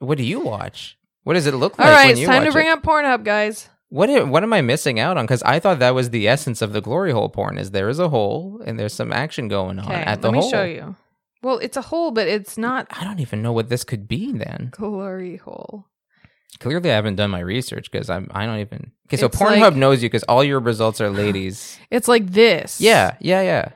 B: what do you watch? What does it look like?
A: all right
B: when
A: it's
B: you
A: time to
B: watch
A: bring
B: it?
A: up pornhub guys
B: What am, what am I missing out on? Because I thought that was the essence of the glory hole porn. Is there is a hole and there's some action going on at the
A: let
B: hole.
A: me show you. Well, it's a hole, but it's not (laughs)
B: I don't even know what this could be. Then
A: glory hole.
B: clearly I haven't done my research because I'm I don't even. Okay, so
A: It's
B: Pornhub
A: like-
B: knows you because all your results
A: (gasps)
B: are ladies.
A: It's like this.
B: yeah, yeah, yeah,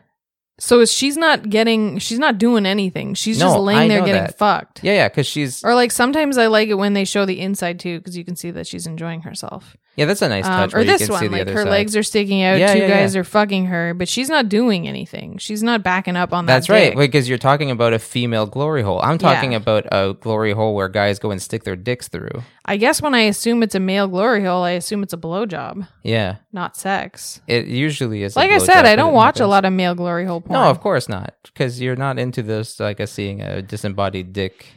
A: So is- she's not getting. She's not doing anything. She's
B: No,
A: just laying
B: I
A: there
B: know
A: getting
B: that.
A: fucked.
B: yeah, yeah. Because she's
A: Or like sometimes I like it when they show the inside too, because you can see that she's enjoying herself.
B: Yeah, that's a nice
A: Um,
B: touch.
A: or
B: where
A: this
B: you can see
A: one,
B: the
A: like
B: other
A: her
B: side.
A: legs are sticking out.
B: Yeah,
A: two
B: yeah,
A: guys
B: yeah.
A: are fucking her, but she's not doing anything. She's not backing up on that.
B: That's right,
A: dick.
B: because you're talking about a female glory hole. I'm talking
A: Yeah.
B: about a glory hole where guys go and stick their dicks through.
A: I guess when I assume it's a male glory hole, I assume it's a blowjob,
B: Yeah,
A: not sex.
B: it usually is. a
A: Like I
B: blowjob,
A: said,
B: but
A: I
B: it
A: don't watch a
B: happens.
A: lot of male glory hole porn.
B: No, of course not, because you're not into this. Like uh, seeing a disembodied dick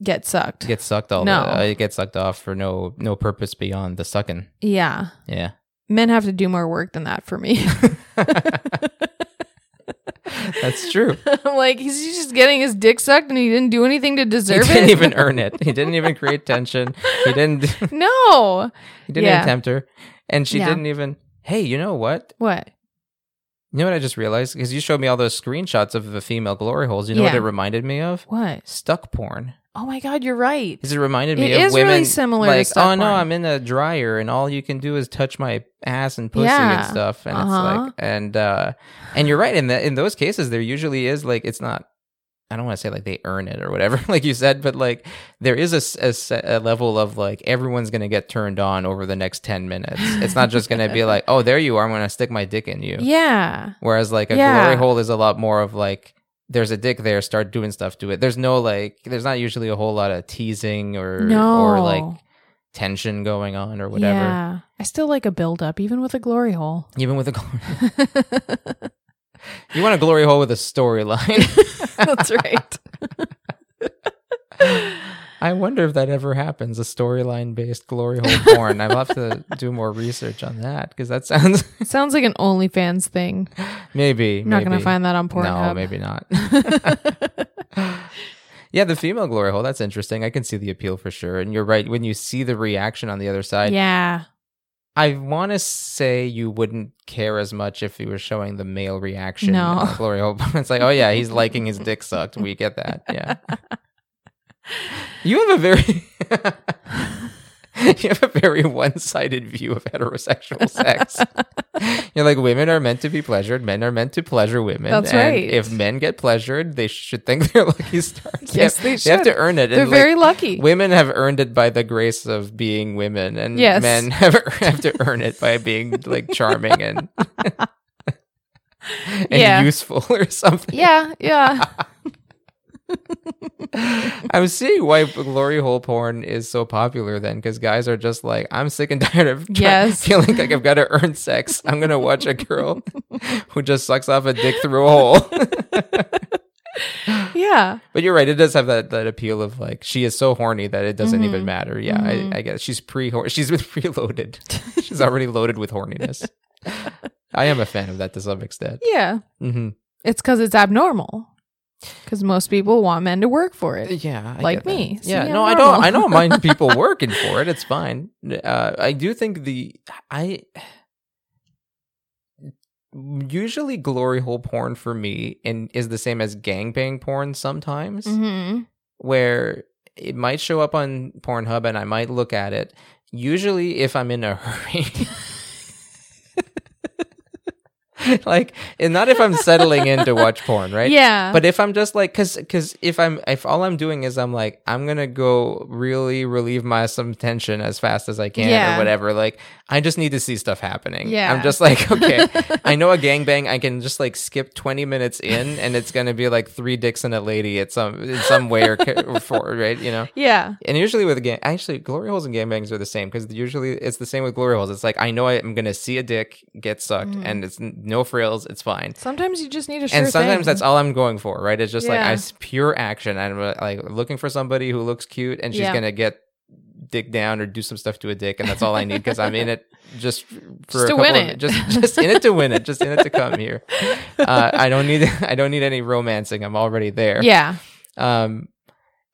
A: get sucked.
B: get sucked all.
A: No.
B: uh, it gets sucked off for no no purpose beyond the sucking.
A: yeah,
B: Yeah, (laughs)
A: men have to do more work than that for me.
B: that's true.
A: (laughs) I'm like, he's just getting his dick sucked, and he didn't do anything to
B: He
A: deserve
B: didn't
A: it. (laughs)
B: even earn it. He didn't even create tension. He didn't. (laughs)
A: no,
B: He didn't
A: Yeah.
B: even tempt her, and she
A: Yeah.
B: didn't even. Hey, you know what?
A: what?
B: You know what I just realized? Because you showed me all those screenshots of the female glory holes. You know what
A: Yeah.
B: it reminded me of?
A: What?
B: Stuck porn.
A: Oh my god, you're right.
B: Because it reminded me
A: It
B: of
A: is really
B: women.
A: similar to
B: like,
A: stuck
B: oh no,
A: porn."
B: I'm in a dryer and all you can do is touch my ass and pussy
A: Yeah.
B: and stuff. And it's
A: Uh-huh.
B: like and uh and you're right, in that in those cases there usually is like it's not I don't want to say like they earn it or whatever, (laughs) like you said, but like there is a s- a s- a level of like everyone's gonna get turned on over the next ten minutes. It's not just gonna
A: (laughs)
B: be like, oh, there you are, I'm gonna stick my dick in you.
A: Yeah.
B: Whereas like a
A: Yeah.
B: glory hole is a lot more of like there's a dick there, start doing stuff to it. There's no like there's not usually a whole lot of teasing or
A: No.
B: or like tension going on or whatever.
A: Yeah. I still like a build up, even with a glory
B: (laughs)
A: hole.
B: Even with a glory You want a glory hole with
A: (laughs)
B: a storyline.
A: That's right.
B: I wonder if that ever happens, a storyline based glory hole porn. I'll have to do more research on that because that sounds (laughs)
A: It sounds like an OnlyFans thing.
B: maybe.
A: I'm not gonna
B: maybe.
A: find that on
B: No,
A: Pornhub. (laughs)
B: maybe not. yeah, the female glory hole, that's interesting. I can see the appeal for sure. And you're right, when you see the reaction on the other side,
A: yeah.
B: I want to say you wouldn't care as much if you were showing the male reaction
A: No.
B: on the glory hole. it's like, oh yeah, he's liking his dick sucked. We get that. Yeah. you have a very (laughs) You have a very one-sided view of heterosexual sex. You're like women are meant to be pleasured, men are meant to pleasure women.
A: That's
B: and
A: right.
B: If men get pleasured, they should think they're lucky stars.
A: Yes,
B: have-
A: they
B: have to
A: should.
B: earn it.
A: They're
B: And, like,
A: very lucky.
B: (laughs) Women have earned it by the grace of being women, and
A: Yes.
B: men (laughs) have have to earn it by being like
A: (laughs)
B: charming and (laughs) and
A: Yeah.
B: useful (laughs) or something.
A: yeah,
B: (laughs)
A: yeah.
B: I'm seeing why glory hole porn is so popular then, because guys are just like, I'm sick and (laughs) tired of try-
A: Yes.
B: (laughs) feeling like I've got to earn sex. I'm gonna watch a
A: (laughs)
B: girl who just sucks off a dick through a hole.
A: Yeah.
B: But you're right. It does have that, that appeal of like she is so horny that it doesn't even matter. Yeah,
A: Mhm.
B: I, I guess she's pre (laughs) she's
A: (laughs)
B: been preloaded. she's already loaded with horniness. I am a fan of that to some extent.
A: Yeah.
B: hmm
A: It's because it's abnormal. Because most people want men to work for it.
B: Yeah, I
A: Like
B: get
A: me.
B: that.
A: See,
B: yeah,
A: I'm
B: no, I don't.
A: normal.
B: I
A: (laughs)
B: don't mind people working for it. It's fine. Uh, I do think the I usually glory hole porn for me and is the same as gangbang porn sometimes.
A: Mm-hmm.
B: where it might show up on Pornhub and I might look at it. Usually, if I'm in a (laughs) hurry, like, and not if I'm settling in to watch porn, right?
A: Yeah.
B: But if I'm just like, cause, cause if I'm, if all I'm doing is I'm like, I'm gonna go really relieve my some tension as fast as I can
A: Yeah.
B: or whatever. Like, I just need to see stuff happening.
A: Yeah.
B: I'm just like, okay,
A: (laughs)
B: I know a gangbang. I can just like skip 20 minutes in, and it's gonna be like three dicks and a lady at some in some way or, ca- or four, right? You know.
A: yeah.
B: And usually with a gang, actually, glory holes and gangbangs are the same because usually it's the same with glory holes. It's like I know I'm gonna see a dick get sucked,
A: Mm-hmm.
B: and it's n- no frills. It's fine
A: Sometimes you just need a sure
B: and sometimes
A: thing.
B: that's all I'm going for, right? It's just like
A: Yeah.
B: I s- pure action. I'm uh, like looking for somebody who looks cute and she's
A: Yeah.
B: gonna get dick down or do some stuff to a dick, and that's all I need because I'm in it just
A: (laughs)
B: for
A: Just
B: a
A: to
B: couple
A: win
B: of-
A: it.
B: just just in it to win it, just in it to come
A: (laughs)
B: here. Uh, I don't need (laughs) I don't need any romancing. I'm already there.
A: (laughs)
B: (laughs)
A: Yeah.
B: Um,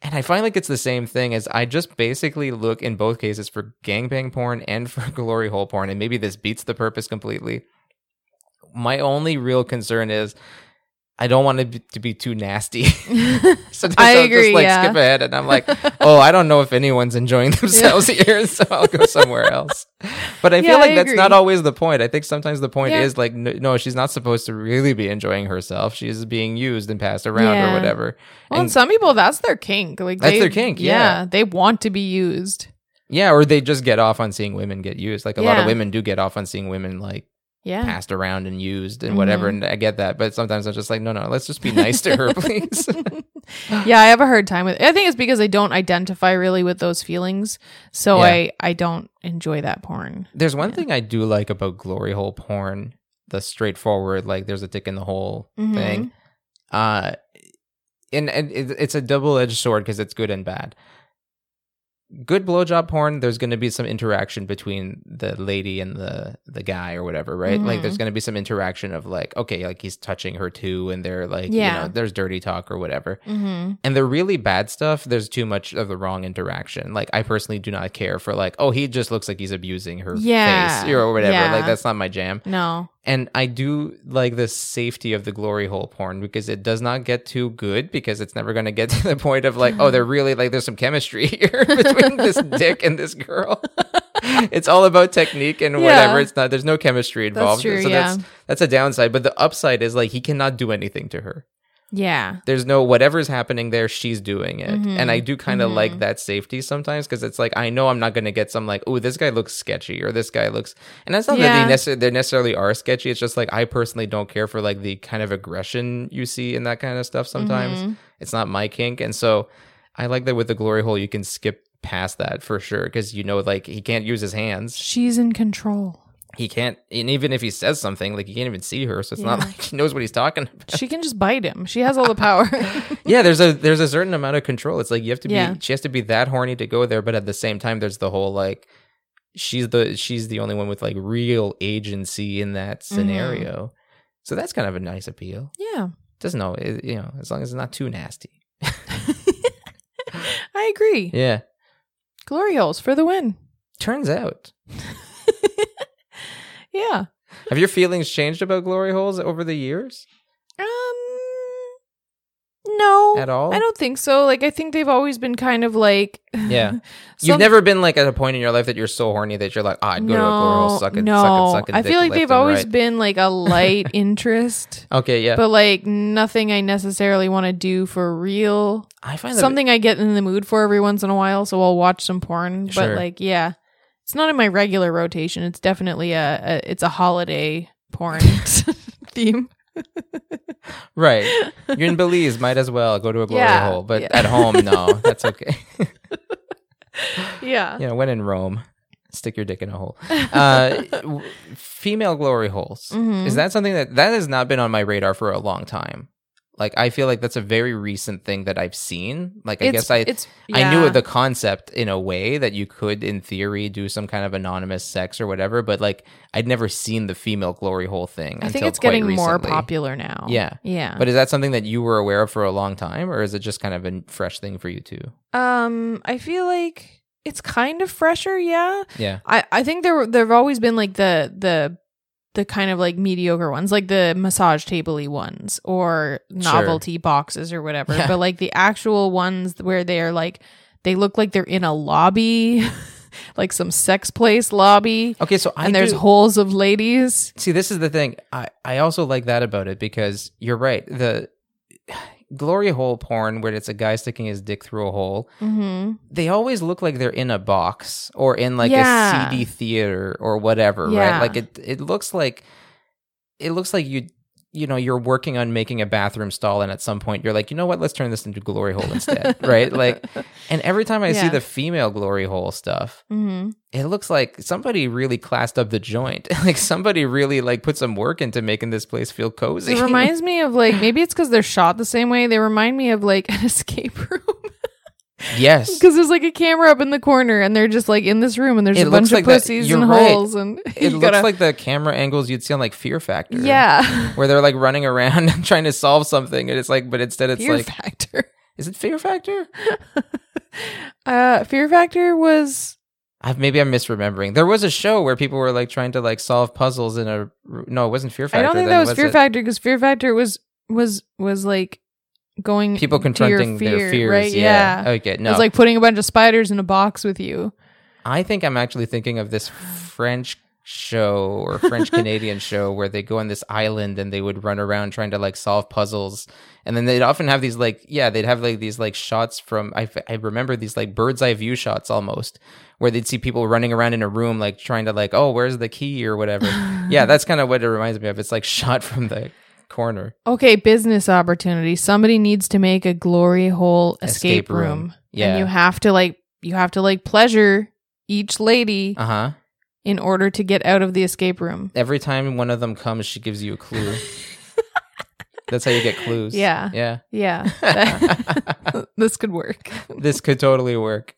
B: and I find like it's the same thing as I just basically look in both cases for gangbang porn and for (laughs) glory hole porn, and maybe this beats the purpose completely. My only real concern is I don't want it be- to be too nasty. (laughs) Sometimes
A: I
B: I'll
A: agree,
B: just like
A: yeah.
B: skip ahead, and
A: (laughs)
B: I'm like, oh, I don't know if anyone's enjoying (laughs) themselves here, so I'll go somewhere else. But I feel
A: Yeah,
B: like
A: I
B: that's
A: agree.
B: not always the point. I think sometimes the point
A: Yeah.
B: is like, no, no, she's not supposed to really be enjoying herself. She's being used and passed around
A: Yeah.
B: or whatever.
A: Well, and,
B: And-
A: some people, that's their kink. Like
B: That's
A: they-
B: their kink, yeah.
A: They want to be used.
B: Yeah, or they just get off on seeing women get used. Like a lot of
A: Yeah.
B: women do get off on seeing women like
A: Yeah.
B: passed around and used and whatever.
A: Mhm.
B: And I get that, but sometimes I'm just like, no, no, let's just be nice to
A: (laughs)
B: her, please.
A: yeah, I have a hard time with. I think it's because I don't identify really with those feelings, so
B: Yeah.
A: I I don't enjoy that porn.
B: There's one
A: Yeah.
B: thing I do like about glory hole porn, the straightforward, like there's a dick in the hole
A: Mhm.
B: thing. Uh, and, and it- it's a double edged sword because it's good and bad. Good blowjob porn, there's going to be some interaction between the lady and the the guy or whatever, right? Like
A: Mhm.
B: there's going to be some interaction of like, okay, like he's touching her too, and they're like,
A: Yeah.
B: you know, there's dirty talk or whatever.
A: Mm-hmm.
B: And the really bad stuff, there's too much of the wrong interaction. Like I personally do not care for like, oh, he just looks like he's abusing her
A: Yeah.
B: face or whatever.
A: Yeah.
B: Like that's not my jam.
A: No.
B: And I do like the safety of the glory hole porn because it does not get too good because it's never going to get (laughs) to the point of like, oh, they're really like there's some chemistry (laughs) here
A: (laughs)
B: between this dick and this girl. (laughs) it's all about technique and whatever.
A: Yeah.
B: It's not there's no chemistry involved.
A: true,
B: so that's
A: yeah.
B: that's a downside, but the upside is like he cannot do anything to her
A: Yeah.
B: there's no whatever's happening there she's doing it
A: Mhm.
B: and i do kind of like
A: Mhm.
B: that safety sometimes because it's like i know i'm not going to get some like oh this guy looks sketchy or this guy looks and that's not that
A: Yeah.
B: they, necessarily they necessarily are sketchy it's just like i personally don't care for like the kind of aggression you see in that kind of stuff sometimes
A: Mhm.
B: it's not my kink and so i like that with the glory hole you can skip past that for sure because you know like he can't use his hands
A: she's in control.
B: he can't and even if he says something like he can't even see her so it's not
A: Yeah.
B: like he knows what he's talking about
A: She can just bite him. She has all the
B: (laughs)
A: power. (laughs)
B: yeah, there's a there's a certain amount of control. It's like you have to
A: Yeah.
B: be she has to be that horny to go there, but at the same time there's the whole like she's the she's the only one with like real agency in that
A: Mm-hmm.
B: scenario. So that's kind of a nice appeal.
A: yeah.
B: Doesn't know, it, you know, as long as it's not too nasty.
A: I agree.
B: Yeah.
A: Glory holes for the win.
B: Turns out.
A: Yeah.
B: Have your feelings changed about glory holes over the years
A: Um No.
B: at all?
A: I don't think so. Like I think they've always been kind of like (laughs)
B: Yeah.
A: some-
B: You've never been like at a point in your life that you're so horny that you're like, ah, I'd go to a glory hole, suck it,
A: no.
B: suck it, suck it.
A: I feel like they've always been like a
B: (laughs)
A: light interest,
B: Okay, yeah.
A: but like nothing I necessarily want to do for real.
B: I find that
A: Something I get in the mood for every once in a while, so I'll watch some porn.
B: Sure.
A: But like, yeah, it's not in my regular rotation. It's definitely a, a it's a holiday
B: (laughs)
A: porn (laughs) theme.
B: Right. You're in Belize, might as well go to a glory
A: Yeah,
B: hole. But
A: yeah.
B: at home, no,
A: (laughs)
B: that's okay.
A: Yeah.
B: you know, when in Rome, stick your dick in a hole.
A: (laughs)
B: Uh, w- female glory holes.
A: Mhm.
B: Is that something that that has not been on my radar for a long time? Like I feel like that's a very recent thing that I've seen. Like I
A: It's-
B: guess I
A: it's
B: I knew
A: yeah.
B: the concept in a way that you could in theory do some kind of anonymous sex or whatever, but like I'd never seen the female glory hole thing.
A: I think
B: until
A: it's getting
B: quite
A: more
B: recently.
A: popular now.
B: Yeah.
A: Yeah.
B: But is that something that you were aware of for a long time, or is it just kind of a fresh thing for you too?
A: um I feel like it's kind of fresher, yeah.
B: Yeah.
A: I, I think there were there've always been like the the the kind of like mediocre ones, like the massage tabley ones or novelty boxes or whatever.
B: Yeah.
A: But like the actual ones where they're like they look like they're in a lobby, (laughs) like some sex place lobby,
B: Okay, so I
A: and there's
B: do-
A: holes of ladies.
B: see. This is the thing. I I also like that about it because you're right. The (sighs) glory hole porn, where it's a guy sticking his dick through a hole,
A: Mm-hmm.
B: they always look like they're in a box or in like
A: Yeah.
B: a CD theater or whatever,
A: Yeah.
B: right? Like it it looks like it looks like you you know you're working on making a bathroom stall and at some point you're like you know what let's turn this into glory hole
A: (laughs)
B: instead right like and every time i see
A: Yeah.
B: the female glory hole stuff
A: (laughs) Mm-hmm.
B: it looks like somebody really classed up the joint. (laughs) like somebody really like put some work into making this place feel cozy.
A: It reminds me of like maybe it's because they're shot the same way. They remind me of like (laughs) an escape
B: (laughs)
A: room
B: (laughs)
A: (laughs)
B: yes.
A: because there's like a camera up in the corner and they're just like in this room and there's
B: It
A: a
B: looks
A: bunch
B: like
A: of
B: that-
A: pussies
B: you're
A: and
B: right.
A: holes and (laughs)
B: It
A: you
B: looks
A: gotta-
B: like the camera angles you'd see on like Fear Factor.
A: Yeah.
B: Where they're like running around (laughs) and trying to solve something and it's like but instead (laughs) it's
A: Fear
B: like
A: Factor.
B: is it Fear Factor?
A: Uh, Fear Factor was
B: I've, maybe I'm misremembering. There was a show where people were like trying to like solve puzzles in a no, it wasn't Fear Factor.
A: I don't think
B: then,
A: that was, Fear
B: it?
A: Factor because Fear Factor was was was like going
B: People
A: to your
B: confronting their fears.
A: right?
B: Yeah.
A: Yeah.
B: Okay. No.
A: It's like putting a bunch of spiders in a box with you.
B: I think I'm actually thinking of this French show or French Canadian show where they go on this island and they would run around trying to like solve puzzles. And then they'd often have these like, yeah, they'd have like these like shots from, I, f- I remember these like bird's eye view shots almost where they'd see people running around in a room like trying to like, oh, where's the key
A: (laughs)
B: or whatever. yeah, that's kind of what it reminds me of. It's like shot from the corner
A: Okay, business opportunity. Somebody needs to make a glory hole escape, room.
B: Yeah.
A: And you have to like you have to like pleasure each lady
B: uh huh.
A: in order to get out of the escape room.
B: Every time one of them comes, she gives you a clue. that's how you get clues.
A: Yeah.
B: Yeah.
A: Yeah. (laughs) this could work.
B: this could
A: (laughs)
B: totally work.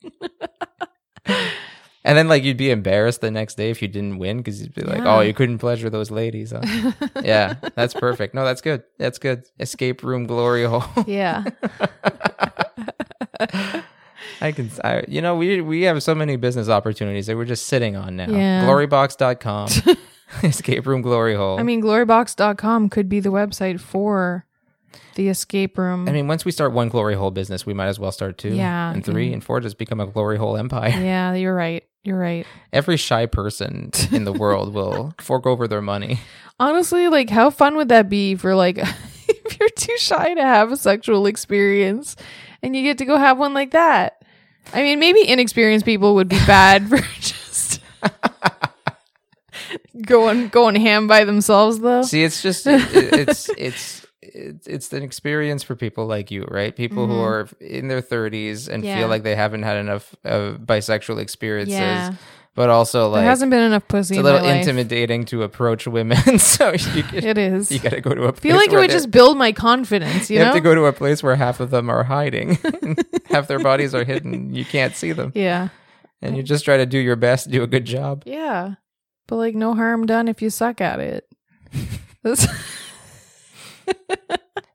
B: and then like you'd be embarrassed the next day if you didn't win because you'd be like,
A: Yeah.
B: oh, you couldn't pleasure those ladies. Huh?
A: (laughs)
B: yeah, that's perfect. No, that's good. That's good. Escape room glory hole. (laughs)
A: Yeah.
B: I can, I, you know, we we have so many business opportunities that we're just sitting on now.
A: Yeah. (laughs)
B: Glorybox.com, escape room glory
A: (laughs)
B: hole.
A: I mean glorybox.com could be the website for the escape room.
B: I mean, once we start one glory hole business, we might as well start two,
A: Yeah,
B: and three,
A: and-
B: and four. Just become a glory hole empire.
A: yeah, you're right. You're right.
B: Every shy person in the
A: (laughs)
B: world will fork over their money.
A: Honestly, like how fun would that be for like (laughs) if you're too shy to have a sexual experience and you get to go have one like that? I mean, maybe inexperienced people would be bad for (laughs) just going going ham by themselves though.
B: See, it's just it,
A: (laughs)
B: it's it's it's it's an experience for people like you, right? People who are in their 30s and
A: Mm-hmm. Yeah.
B: feel like they haven't had enough uh, bisexual experiences,
A: Yeah.
B: but also
A: there
B: like
A: hasn't been enough pussy
B: it's a
A: in
B: little
A: my life.
B: (laughs) intimidating to approach women. (laughs) so you
A: (laughs)
B: get,
A: It is.
B: you got to go to a
A: I
B: place
A: feel like it
B: where
A: would
B: they-
A: just build my confidence, you,
B: you,
A: know?
B: have to go to a place where half of them
A: (laughs)
B: are hiding, and half their bodies are hidden. You can't see them,
A: yeah.
B: and you just try to do your best, do a good job.
A: Yeah. But like no harm done if you suck at it. (laughs) That's-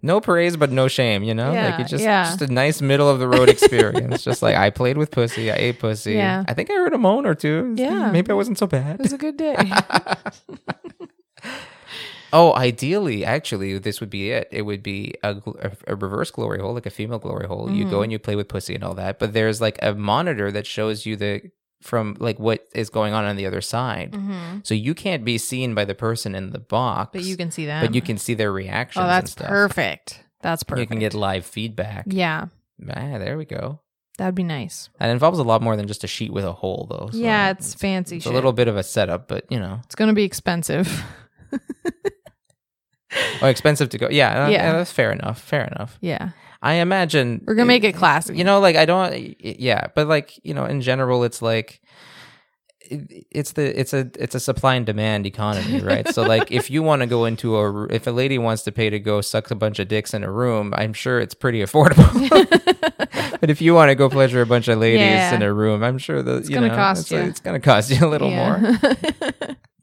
B: No praise, but no shame. You know, like
A: Yeah,
B: it just
A: yeah.
B: just a nice middle of
A: (laughs)
B: the road experience. just like I played with pussy, I ate pussy.
A: Yeah.
B: I think I heard a moan or two.
A: Yeah.
B: maybe I wasn't so
A: it (laughs)
B: bad.
A: was a good
B: (laughs)
A: day.
B: Oh, ideally, actually, this would be it. It would be a, gl- a, a reverse glory hole, like a female glory hole. You
A: Mm.
B: go and you play with pussy and all that, but there's like a monitor that shows you the from like what is going on on the other side.
A: hmm
B: So you can't be seen by the person in the box,
A: But you can see them.
B: but you can see their reactions.
A: Oh, that's
B: and stuff.
A: perfect. That's perfect.
B: You can get live feedback.
A: Yeah,
B: Ah, there we go.
A: that'd be nice.
B: That involves a lot more than just a sheet with a hole, though. so
A: yeah, it's, fancy
B: um, it's
A: shit.
B: a little bit of a setup, but you know,
A: It's gonna be expensive. (laughs)
B: oh, expensive to go. Yeah, uh,
A: Yeah.
B: yeah, that's fair enough. Fair enough.
A: yeah,
B: I imagine
A: we're gonna make it classy.
B: You know, like I don't. y- Yeah, but like you know, in general, it's like it- it's the it's a it's a supply and demand economy right so like if you want to go into a r- if a lady wants to pay to go suck a bunch of dicks in a room i'm sure it's pretty
A: (laughs)
B: affordable but if you want to go pleasure a bunch of ladies
A: Yeah.
B: in a room i'm sure that it's
A: gonna cost
B: it's, like-
A: you.
B: it's gonna cost you a little more
A: Yeah.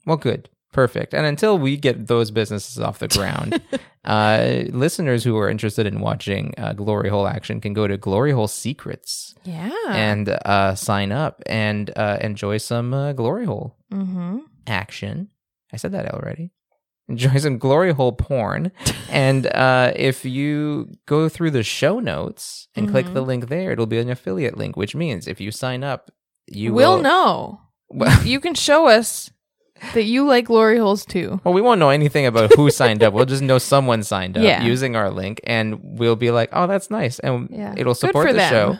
B: Well, good. Perfect. And until we get those businesses off the ground, uh, listeners who are interested in watching uh, Glory Hole action can go to Glory Hole Secrets
A: (laughs) yeah.
B: and uh, sign up and uh, enjoy some uh, Glory Hole
A: mm-hmm.
B: action. I said that already. Enjoy some glory hole porn. and uh, if you go through the show notes and click the link there, it'll be an affiliate link, which means if you sign up, you
A: we'll
B: will
A: know.
B: (laughs) Well,
A: You can show us that you like glory holes too.
B: Well, we won't know anything about who signed up. We'll just know someone signed up
A: Yeah.
B: using our link, and we'll be like, "Oh, that's nice," and
A: Yeah.
B: it'll
A: Good
B: support
A: for
B: the
A: them.
B: show.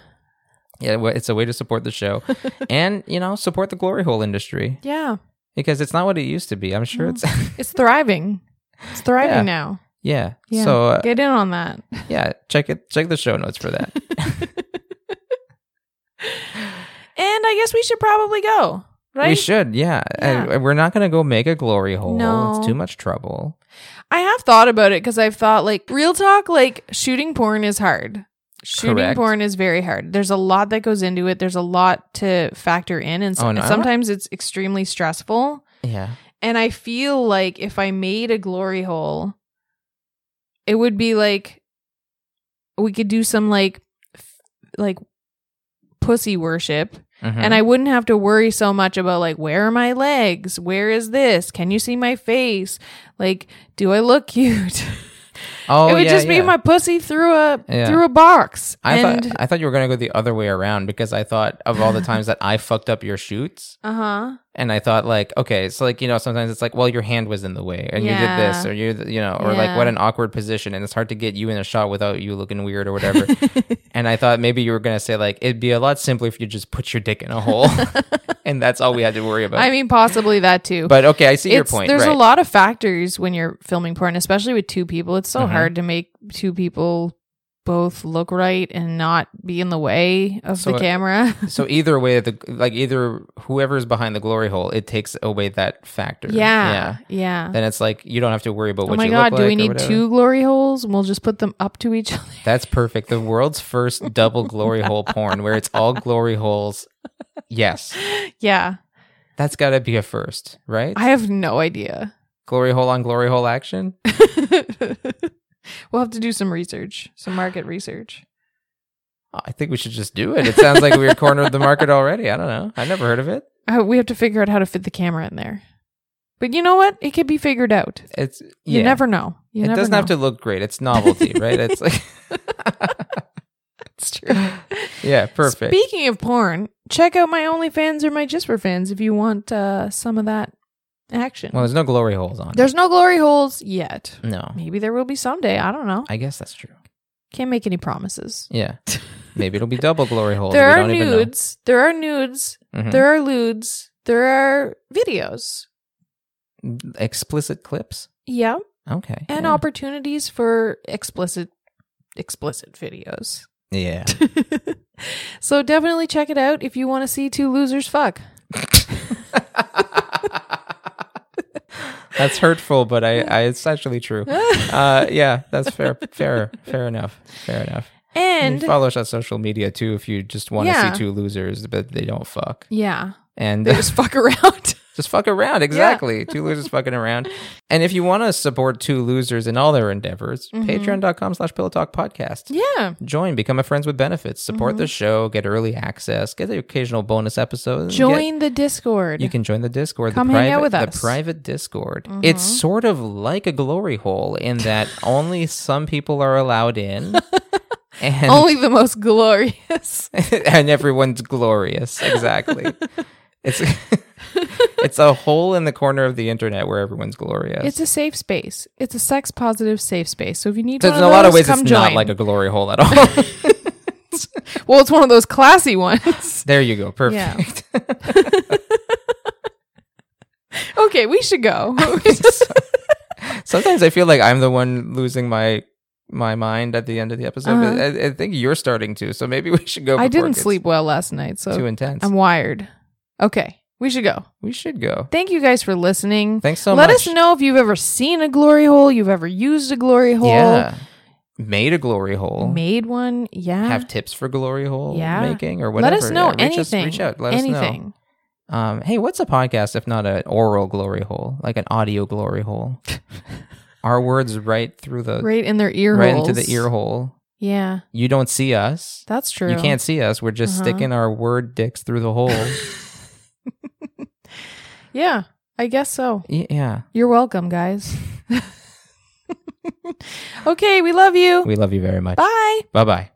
B: Yeah, well, it's a way to support
A: (laughs)
B: the show, and you know, support the glory hole industry
A: Yeah,
B: because it's not what it used to be. I'm sure it's (laughs)
A: it's thriving. It's thriving
B: Yeah.
A: now.
B: yeah.
A: Yeah.
B: So uh,
A: Get in on that.
B: yeah, check it. Check the show notes for that.
A: And I guess we should probably go. Right?
B: We should. Yeah,
A: Yeah.
B: And we're not gonna go make a glory hole.
A: No.
B: It's too much trouble.
A: I have thought about it because I've thought like real talk, like shooting porn is hard. Shooting
B: Correct.
A: porn is very hard. There's a lot that goes into it. There's a lot to factor in, and so-
B: Oh, no, I don't-
A: sometimes it's extremely stressful.
B: Yeah.
A: And I feel like if I made a glory hole, it would be like we could do some like f- like pussy worship
B: Mm-hmm.
A: and I wouldn't have to worry so much about like where are my legs? Where is this? Can you see my face? Like do I look (laughs) cute?
B: Oh,
A: it would
B: yeah,
A: just be
B: yeah.
A: my pussy through a
B: Yeah.
A: through a box.
B: I
A: and
B: thought I thought you were gonna go the other way around because I thought of all the times that I fucked up your shoots,
A: uh huh.
B: and I thought like, okay, so like you know sometimes it's like, well, your hand was in the way, and you did this,
A: Yeah.
B: or you you know, or
A: Yeah.
B: like what an awkward position, and it's hard to get you in a shot without you looking weird or
A: (laughs)
B: whatever. and I thought maybe you were gonna say like it'd be a lot simpler if you just put your dick in
A: (laughs)
B: a hole, and that's all we had to worry about.
A: I mean, possibly that too.
B: but okay, I see your point.
A: There's
B: right.
A: a lot of factors when you're filming porn, especially with two people. It's so
B: Mhm.
A: hard to make two people both look right and not be in the way of
B: So,
A: the
B: uh, (laughs)
A: camera. (laughs)
B: So either way, the like either whoever's behind the glory hole, it takes away that factor.
A: yeah, yeah.
B: Then it's like you don't have to worry about
A: Oh
B: what
A: my
B: you
A: god,
B: look like.
A: do we
B: or
A: need
B: whatever.
A: two glory holes? And we'll just put them up to each (laughs) other.
B: That's perfect. The world's first double glory hole porn where it's all glory holes. Yes.
A: yeah,
B: That's got to be a first, right?
A: I have no idea. (laughs)
B: glory hole on glory hole action?
A: we'll have to do some research, some market research.
B: I think we should just do it. It sounds like we're cornered the market already. I don't know. I never heard of it.
A: Uh, we have to figure out how to fit the camera in there. But you know what? It could be figured out.
B: It's
A: You
B: yeah.
A: never know. You
B: it
A: never
B: doesn't
A: know.
B: have to look great. It's novelty, right?
A: (laughs)
B: It's like
A: It's true.
B: yeah, (laughs) perfect.
A: Speaking of porn, check out my OnlyFans or my Just for Fans if you want uh, some of that action.
B: well, there's no glory holes on. it.
A: There's no glory holes yet.
B: no.
A: Maybe there will be someday. I don't know.
B: I guess that's true.
A: Can't make any promises. (laughs)
B: Yeah. Maybe it'll be double glory holes.
A: There
B: we
A: are
B: don't even know.
A: nudes. There are nudes.
B: Mhm.
A: There are lewds. There are videos.
B: explicit clips.
A: Yeah.
B: Okay.
A: And
B: yeah.
A: opportunities for explicit explicit
B: (laughs)
A: videos.
B: yeah.
A: so definitely check it out if you want to see two losers fuck.
B: That's hurtful, but I, I it's
A: (laughs)
B: actually true. Uh, yeah, that's fair, fair, fair enough, fair enough.
A: And
B: you follow us on social media too if you just want to
A: Yeah.
B: see two losers, but they don't fuck (laughs)
A: yeah, (laughs)
B: and
A: they just fuck
B: (laughs)
A: around.
B: just fuck around. Exactly, two losers fucking around. And if you want to support two losers in all their endeavors, Patreon.com/slash Pillow Talk Podcast.
A: Mm-hmm. yeah. Mm-hmm.
B: Join, become a friends with benefits, support the show, get early access, get the occasional bonus episodes, and get-
A: (laughs) Join the Discord.
B: You can join the Discord.
A: Come
B: the
A: hang
B: private,
A: out with us. Mm-hmm.
B: The private Discord. It's sort of like a glory hole in that
A: (laughs)
B: only some people are allowed in, and
A: Only the most
B: (laughs)
A: glorious.
B: and everyone's
A: (laughs)
B: glorious. Exactly. It's (laughs) it's a hole in the corner of the internet where everyone's glorious.
A: It's a safe space. It's a sex positive safe space. So if you need
B: There's
A: one
B: in
A: of
B: a lot of
A: those,
B: ways it's
A: come
B: not
A: join.
B: like a glory hole
A: (laughs)
B: at all.
A: well, it's one of those classy
B: (laughs)
A: ones.
B: there you go. Perfect. (laughs)
A: Yeah. okay, we should
B: (laughs)
A: go. (laughs)
B: Sometimes I feel like I'm the one losing my my mind at the end of the episode. But I, I think you're starting to, so maybe we should go.
A: Uh-huh. I
B: before it
A: didn't
B: gets
A: sleep well last night,
B: Too
A: so
B: intense.
A: I'm wired. Okay, we should go.
B: we should go.
A: Thank you guys for listening.
B: Thanks so
A: Let us
B: much.
A: know if you've ever seen a glory hole, you've ever used a glory hole,
B: Yeah. Made a glory hole.
A: made one. Yeah.
B: Have tips for glory hole
A: Yeah.
B: making or
A: Let
B: whatever.
A: us know
B: Yeah, reach us-
A: anything.
B: reach out. Let
A: anything.
B: us know. Um, hey, what's a podcast if not an oral glory hole, like an audio
A: (laughs)
B: glory hole? Our words right through the
A: Right in their ear
B: Uh, right
A: holes.
B: into the ear hole.
A: Yeah,
B: You don't see us.
A: that's true.
B: You can't see us. We're just
A: Uh-huh.
B: sticking our word dicks through the
A: (laughs)
B: hole.
A: Yeah, I guess so.
B: Y- yeah.
A: You're welcome,
B: (laughs)
A: guys. (laughs) okay, we love you.
B: We love you very much.
A: Bye.
B: Bye bye.